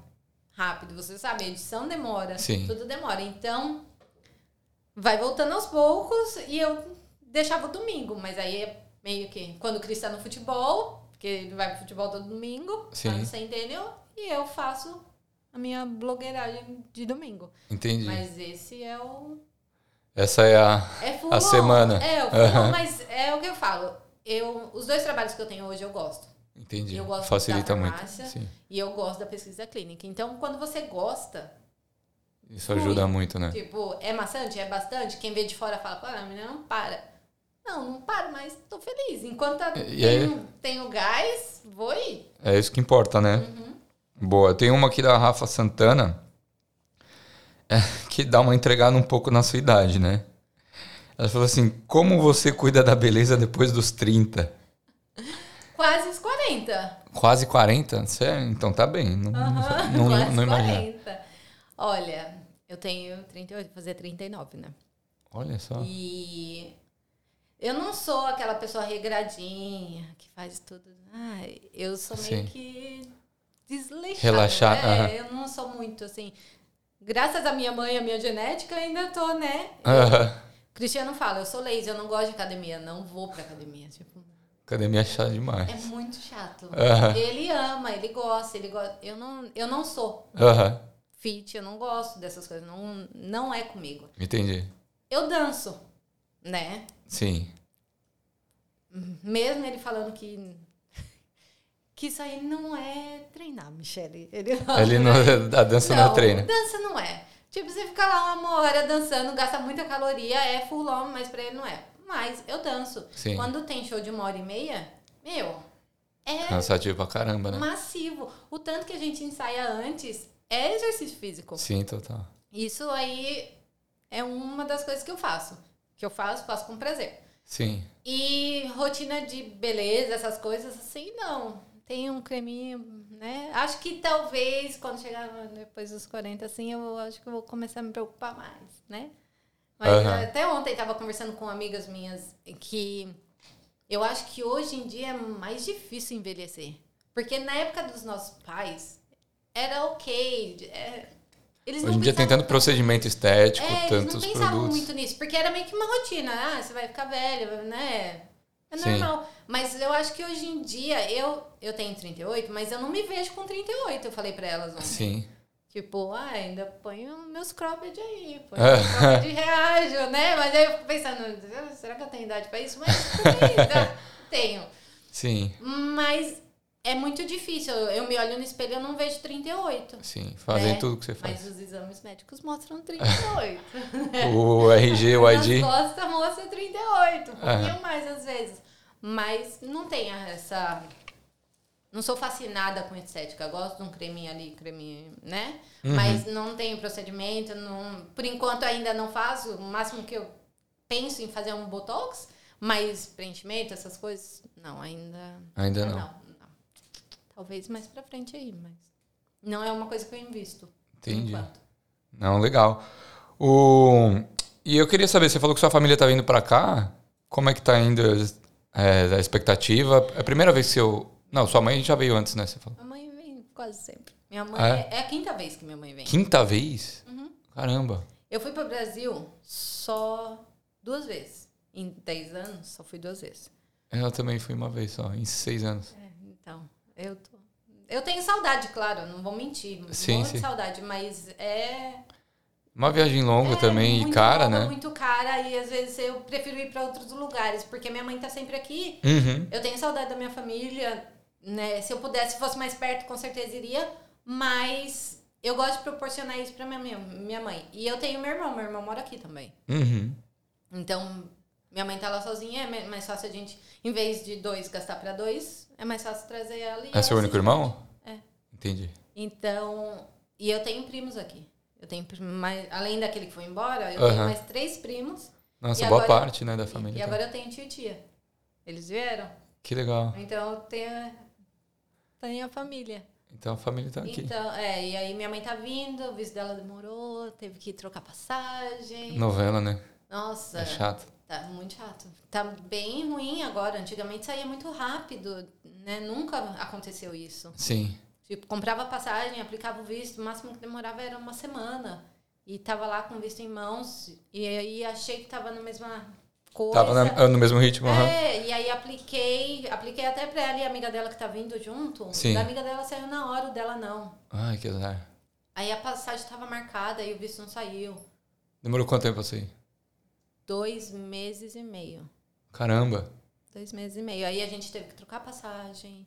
Speaker 1: rápido, você sabe, a edição demora,
Speaker 2: Sim.
Speaker 1: tudo demora. Então, vai voltando aos poucos e eu deixava o domingo, mas aí é meio que quando o Cris tá no futebol, porque ele vai pro futebol todo domingo,
Speaker 2: Sim.
Speaker 1: tá no Centennial, e eu faço a minha blogueiragem de domingo.
Speaker 2: Entendi.
Speaker 1: Mas esse é o
Speaker 2: Essa é a.
Speaker 1: é full
Speaker 2: A
Speaker 1: on.
Speaker 2: semana.
Speaker 1: É, o full on,
Speaker 2: Aham.
Speaker 1: mas é o que eu falo. Eu, os dois trabalhos que eu tenho hoje eu gosto.
Speaker 2: Entendi.
Speaker 1: Eu gosto
Speaker 2: Facilita
Speaker 1: da
Speaker 2: muito.
Speaker 1: farmácia.
Speaker 2: Sim.
Speaker 1: E eu gosto da pesquisa clínica. Então, quando você gosta,
Speaker 2: Isso ajuda muito, né?
Speaker 1: tipo, é maçante, é bastante. Quem vê de fora fala, pô, a menina não para. Não, não paro, mas tô feliz. Enquanto a-
Speaker 2: E aí?
Speaker 1: tenho, tenho gás, vou ir.
Speaker 2: É isso que importa, né?
Speaker 1: Uhum.
Speaker 2: Boa. Tem uma aqui da Rafa Santana é, que dá uma entregada um pouco na sua idade, né? Ela falou assim: como você cuida da beleza depois dos 30?
Speaker 1: Quase os 40.
Speaker 2: Quase 40? Você é- então tá bem. Não,
Speaker 1: Aham,
Speaker 2: não, não,
Speaker 1: quase
Speaker 2: não imagina.
Speaker 1: 40. Olha, eu tenho 38, vou fazer 39, né?
Speaker 2: Olha só.
Speaker 1: E eu não sou aquela pessoa regradinha que faz tudo. Ai, eu sou meio
Speaker 2: Sim.
Speaker 1: que desleixada.
Speaker 2: Relaxar,
Speaker 1: né?
Speaker 2: aham.
Speaker 1: Eu não sou muito assim. Graças à minha mãe, à minha genética, ainda tô, né?
Speaker 2: Ah. Aham.
Speaker 1: Cristiano fala, eu sou lazy, eu não gosto de academia, não vou pra academia. Tipo,
Speaker 2: Academia é chata demais.
Speaker 1: é muito chato.
Speaker 2: Aham.
Speaker 1: Ele ama, ele gosta, ele gosta. Eu não, eu não sou
Speaker 2: Aham.
Speaker 1: fit, eu não gosto dessas coisas, não, não é comigo.
Speaker 2: Entendi.
Speaker 1: Eu danço, né?
Speaker 2: Sim.
Speaker 1: Mesmo ele falando que que isso aí não é treinar, Michele. Ele,
Speaker 2: É Ali no, a dança não, treina.
Speaker 1: dança é. não é. Tipo, você fica lá uma hora dançando, gasta muita caloria, é full on, mas pra ele não é. Mas eu danço.
Speaker 2: Sim.
Speaker 1: Quando tem show de uma hora e meia, meu, é
Speaker 2: Cansativo pra caramba, né?
Speaker 1: massivo. O tanto que a gente ensaia antes é exercício físico.
Speaker 2: Sim, total.
Speaker 1: Isso aí é uma das coisas que eu faço. Que eu faço, faço com prazer.
Speaker 2: Sim.
Speaker 1: E rotina de beleza, essas coisas, assim, não. Tem um creminho, né? Acho que talvez quando chegar depois dos 40, assim, eu acho que eu vou começar a me preocupar mais, né? Mas eh,
Speaker 2: Aham.
Speaker 1: até ontem tava conversando com amigas minhas que eu acho que hoje em dia é mais difícil envelhecer. Porque na época dos nossos pais, era ok. é- eles
Speaker 2: Hoje
Speaker 1: não
Speaker 2: em dia tem
Speaker 1: pensavam-
Speaker 2: tanto procedimento estético,
Speaker 1: é, eles não
Speaker 2: tantos
Speaker 1: pensavam
Speaker 2: produtos.
Speaker 1: muito nisso, porque era meio que uma rotina. Ah, você vai ficar velho, né? É
Speaker 2: Sim.
Speaker 1: normal. Mas eu acho que hoje em dia, eu, eu tenho 38, mas eu não me vejo com 38, eu falei pra elas ontem.
Speaker 2: Sim.
Speaker 1: Tipo, ah, ainda ponho meus cropped aí, ponho
Speaker 2: Ah.
Speaker 1: meus cropped de reajo, né? Mas aí eu fico pensando, será que eu tenho idade pra isso? Mas também dá- tenho.
Speaker 2: Sim,
Speaker 1: Mas é muito difícil. Eu me olho no espelho e eu não vejo 38.
Speaker 2: sim. Fazem
Speaker 1: Né?
Speaker 2: tudo que você faz.
Speaker 1: Mas os exames médicos mostram 38.
Speaker 2: O RG, o
Speaker 1: é. Nas
Speaker 2: ID.
Speaker 1: costas mostra 38, um
Speaker 2: Aham.
Speaker 1: pouquinho mais às vezes. Mas não tem a- essa. Não sou fascinada com estética. Gosto de um creminho ali, creminho, né?
Speaker 2: Uhum.
Speaker 1: Mas não tenho procedimento, não... por enquanto ainda não faço. O máximo que eu penso em fazer é um botox, mas preenchimento, essas coisas, não, ainda.
Speaker 2: Ainda não.
Speaker 1: não. Talvez mais pra frente aí, mas. Não é uma coisa que eu invisto. por
Speaker 2: Entendi.
Speaker 1: enquanto.
Speaker 2: Não, legal. O... E eu queria saber, você falou que sua família tá vindo pra cá. Como é que tá indo é, a expectativa? É a primeira vez que eu... Não, sua mãe já veio antes, né? Você falou.
Speaker 1: Minha mãe vem quase sempre. Minha mãe
Speaker 2: Ah,
Speaker 1: é? é a quinta vez que minha mãe vem.
Speaker 2: Quinta vez?
Speaker 1: Uhum.
Speaker 2: Caramba.
Speaker 1: Eu fui para o Brasil só duas vezes. Em 10 anos, só fui duas vezes.
Speaker 2: Eu também fui uma vez só, em seis anos.
Speaker 1: É, então, eu tô. Eu tenho saudade, claro, não vou mentir.
Speaker 2: Sim,
Speaker 1: Morro
Speaker 2: sim.
Speaker 1: de saudade, mas é.
Speaker 2: Uma viagem longa
Speaker 1: é
Speaker 2: também e
Speaker 1: muito
Speaker 2: cara,
Speaker 1: longa,
Speaker 2: né?
Speaker 1: muito cara e às vezes eu prefiro ir para outros lugares, porque minha mãe tá sempre aqui.
Speaker 2: Uhum.
Speaker 1: Eu tenho saudade da minha família, né? Se eu pudesse, fosse mais perto, com certeza iria. Mas eu gosto de proporcionar isso pra minha, minha- minha mãe. E eu tenho meu irmão, meu irmão mora aqui também.
Speaker 2: Uhum.
Speaker 1: Então, minha mãe tá lá sozinha, é me- mais fácil a gente, em vez de dois gastar pra dois, é mais fácil trazer ela e.
Speaker 2: É seu
Speaker 1: ela se
Speaker 2: único irmão?
Speaker 1: divide. É.
Speaker 2: Entendi.
Speaker 1: Então, e eu tenho primos aqui. Eu tenho prim- mais, além daquele que foi embora, eu
Speaker 2: Aham.
Speaker 1: tenho mais três primos.
Speaker 2: Nossa,
Speaker 1: E
Speaker 2: boa
Speaker 1: agora-
Speaker 2: parte, né, da
Speaker 1: e
Speaker 2: família. tá.
Speaker 1: agora eu tenho tio e tia. Eles vieram.
Speaker 2: Que legal.
Speaker 1: Então eu tenho, tenho a família.
Speaker 2: Então a família tá aqui.
Speaker 1: Então, é, e aí minha mãe tá vindo, o visto dela demorou, teve que trocar passagem.
Speaker 2: Novela, né?
Speaker 1: Nossa,
Speaker 2: É chato.
Speaker 1: tá muito chato. Tá bem ruim agora. Antigamente saía muito rápido, né? Nunca aconteceu isso.
Speaker 2: Sim.
Speaker 1: Tipo, comprava passagem, aplicava o visto, o máximo que demorava era uma semana. E tava lá com o visto em mãos, e aí achei que tava na mesma coisa.
Speaker 2: Tava na- no mesmo ritmo, aham.
Speaker 1: É, e aí apliquei, apliquei até pra ela e a amiga dela que tá vindo junto.
Speaker 2: Sim.
Speaker 1: Da amiga dela saiu na hora, o dela não.
Speaker 2: Ai, que azar.
Speaker 1: Aí a passagem tava marcada e o visto não saiu.
Speaker 2: Demorou quanto tempo assim? pra sair?
Speaker 1: Dois meses e meio.
Speaker 2: Caramba.
Speaker 1: Dois meses e meio. Aí a gente teve que trocar a passagem.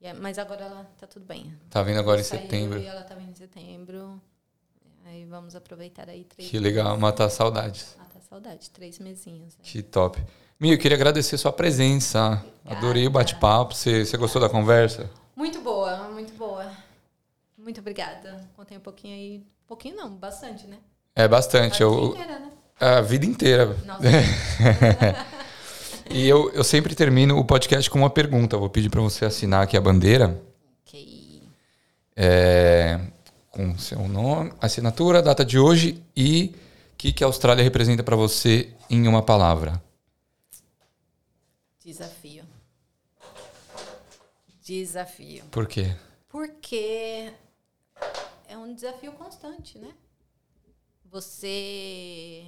Speaker 1: E é- Mas agora ela tá tudo bem.
Speaker 2: Tá vindo agora em
Speaker 1: Saiu
Speaker 2: setembro.
Speaker 1: E ela tá vindo em setembro. Aí vamos aproveitar aí três
Speaker 2: Que legal, matar saudades.
Speaker 1: Ah, tá saudade. Três mesinhos. né?
Speaker 2: Que top. Mi, eu queria agradecer sua presença. Adorei o bate-papo. Você você gostou da conversa?
Speaker 1: Muito boa, muito boa. Muito obrigada. Contei um pouquinho aí. Pouquinho não, bastante, né?
Speaker 2: É bastante.
Speaker 1: A vida
Speaker 2: Eu,
Speaker 1: inteira, né?
Speaker 2: a vida inteira.
Speaker 1: Nossa.
Speaker 2: E eu, eu sempre termino o podcast com uma pergunta. Eu Vou pedir pra você assinar aqui a bandeira.
Speaker 1: ok.
Speaker 2: É, com seu nome, assinatura, data de hoje e o que, que a Austrália representa pra você em uma palavra.
Speaker 1: Desafio. Desafio.
Speaker 2: Por quê?
Speaker 1: Porque é um desafio constante, né? Você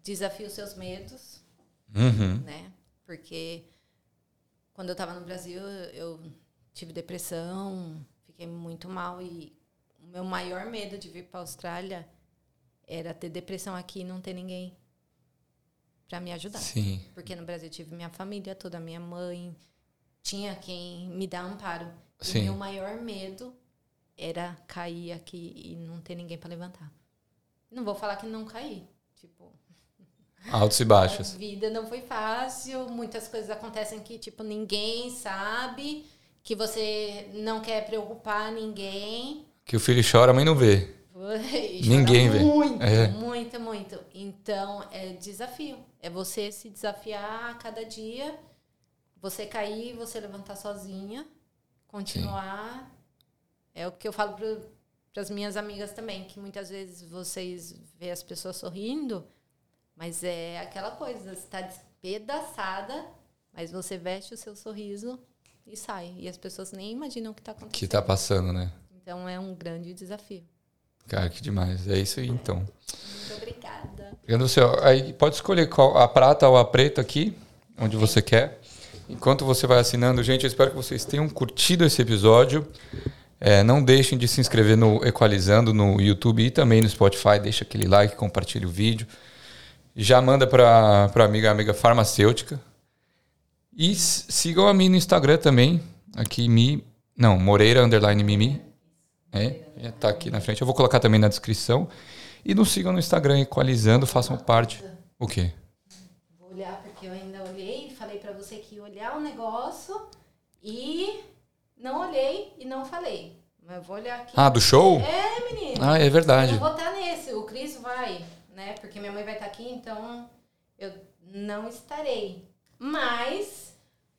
Speaker 1: desafia os seus medos,
Speaker 2: Uhum.
Speaker 1: né? Porque quando eu tava no Brasil, eu tive depressão, fiquei muito mal e o meu maior medo de vir para a Austrália era ter depressão aqui e não ter ninguém para me ajudar.
Speaker 2: Sim.
Speaker 1: Porque no Brasil eu tive minha família toda, minha mãe, tinha quem me dar amparo. E
Speaker 2: Sim.
Speaker 1: meu maior medo era cair aqui e não ter ninguém para levantar. Não vou falar que não caí. Tipo,
Speaker 2: Altos e
Speaker 1: a
Speaker 2: baixos.
Speaker 1: vida não foi fácil, muitas coisas acontecem que tipo ninguém sabe, que você não quer preocupar ninguém.
Speaker 2: Que o filho chora, a mãe não vê.
Speaker 1: Foi,
Speaker 2: Ninguém
Speaker 1: chora
Speaker 2: vê.
Speaker 1: Muito,
Speaker 2: É.
Speaker 1: muito, muito. Então, é desafio. É você se desafiar a cada dia, você cair, você levantar sozinha, continuar. É o que eu falo para as minhas amigas também, que muitas vezes vocês vê as pessoas sorrindo, mas é aquela coisa, você está despedaçada, mas você veste o seu sorriso e sai. E as pessoas nem imaginam o que está acontecendo.
Speaker 2: Que tá passando, né?
Speaker 1: Então, é um grande desafio.
Speaker 2: Cara, que demais. É isso aí, então.
Speaker 1: Muito obrigada.
Speaker 2: Obrigado, senhor. assim, Aí pode escolher qual, a prata ou a preta aqui, onde você quer. Enquanto você vai assinando, gente, eu espero que vocês tenham curtido esse episódio. É, não deixem de se inscrever no Equalizando no YouTube e também no Spotify. Deixa aquele like, compartilha o vídeo. Já manda para amiga, amiga farmacêutica. E s- sigam a mim no Instagram também. Aqui, Mi. Não, Moreira underline Mimi. É, já tá aqui na frente. Eu vou colocar também na descrição. E nos sigam no Instagram, Equalizando, façam parte. O quê?
Speaker 1: Vou olhar porque eu ainda olhei e falei pra você que ia olhar o negócio e não olhei e não falei. Mas eu vou olhar aqui.
Speaker 2: Ah, do show?
Speaker 1: É, menino.
Speaker 2: Ah, é
Speaker 1: Eu
Speaker 2: verdade.
Speaker 1: vou estar nesse. O Cris vai, né? Porque minha mãe vai estar aqui, então eu não estarei. Mas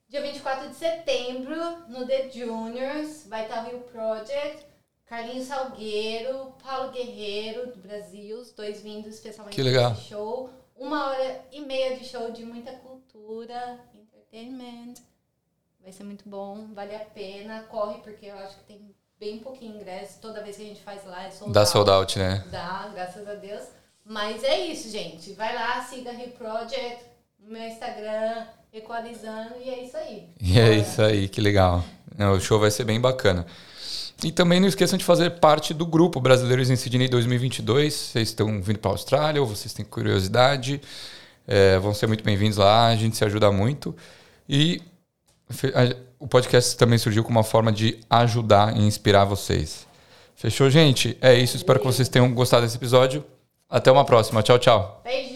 Speaker 1: dia 24 de setembro, no The Juniors, vai estar o Rio Project, Carlinhos Salgueiro, Paulo Guerreiro do Brasil, os dois vindo especialmente
Speaker 2: Que legal.
Speaker 1: pra esse show. Uma hora e meia de show de muita cultura, entertainment. Vai ser muito bom, vale a pena, corre porque eu acho que tem bem pouquinho ingresso. Toda vez que a gente faz lá é sold
Speaker 2: Dá
Speaker 1: out.
Speaker 2: sold out, né?
Speaker 1: Dá, graças a Deus. Mas é isso, gente. Vai lá, siga a Reproject, meu Instagram, Equalizando, e é isso aí.
Speaker 2: E é isso aí, que legal. Não, O show vai ser bem bacana. E também não esqueçam de fazer parte do grupo Brasileiros em Sydney 2022. Vocês estão vindo para a Austrália ou vocês têm curiosidade, é, vão ser muito bem-vindos lá. A gente se ajuda muito. E fe- a- o podcast também surgiu como uma forma de ajudar e inspirar vocês. Fechou, gente? É isso. Espero que vocês tenham gostado desse episódio. Até uma próxima. Tchau, tchau.
Speaker 1: Beijo!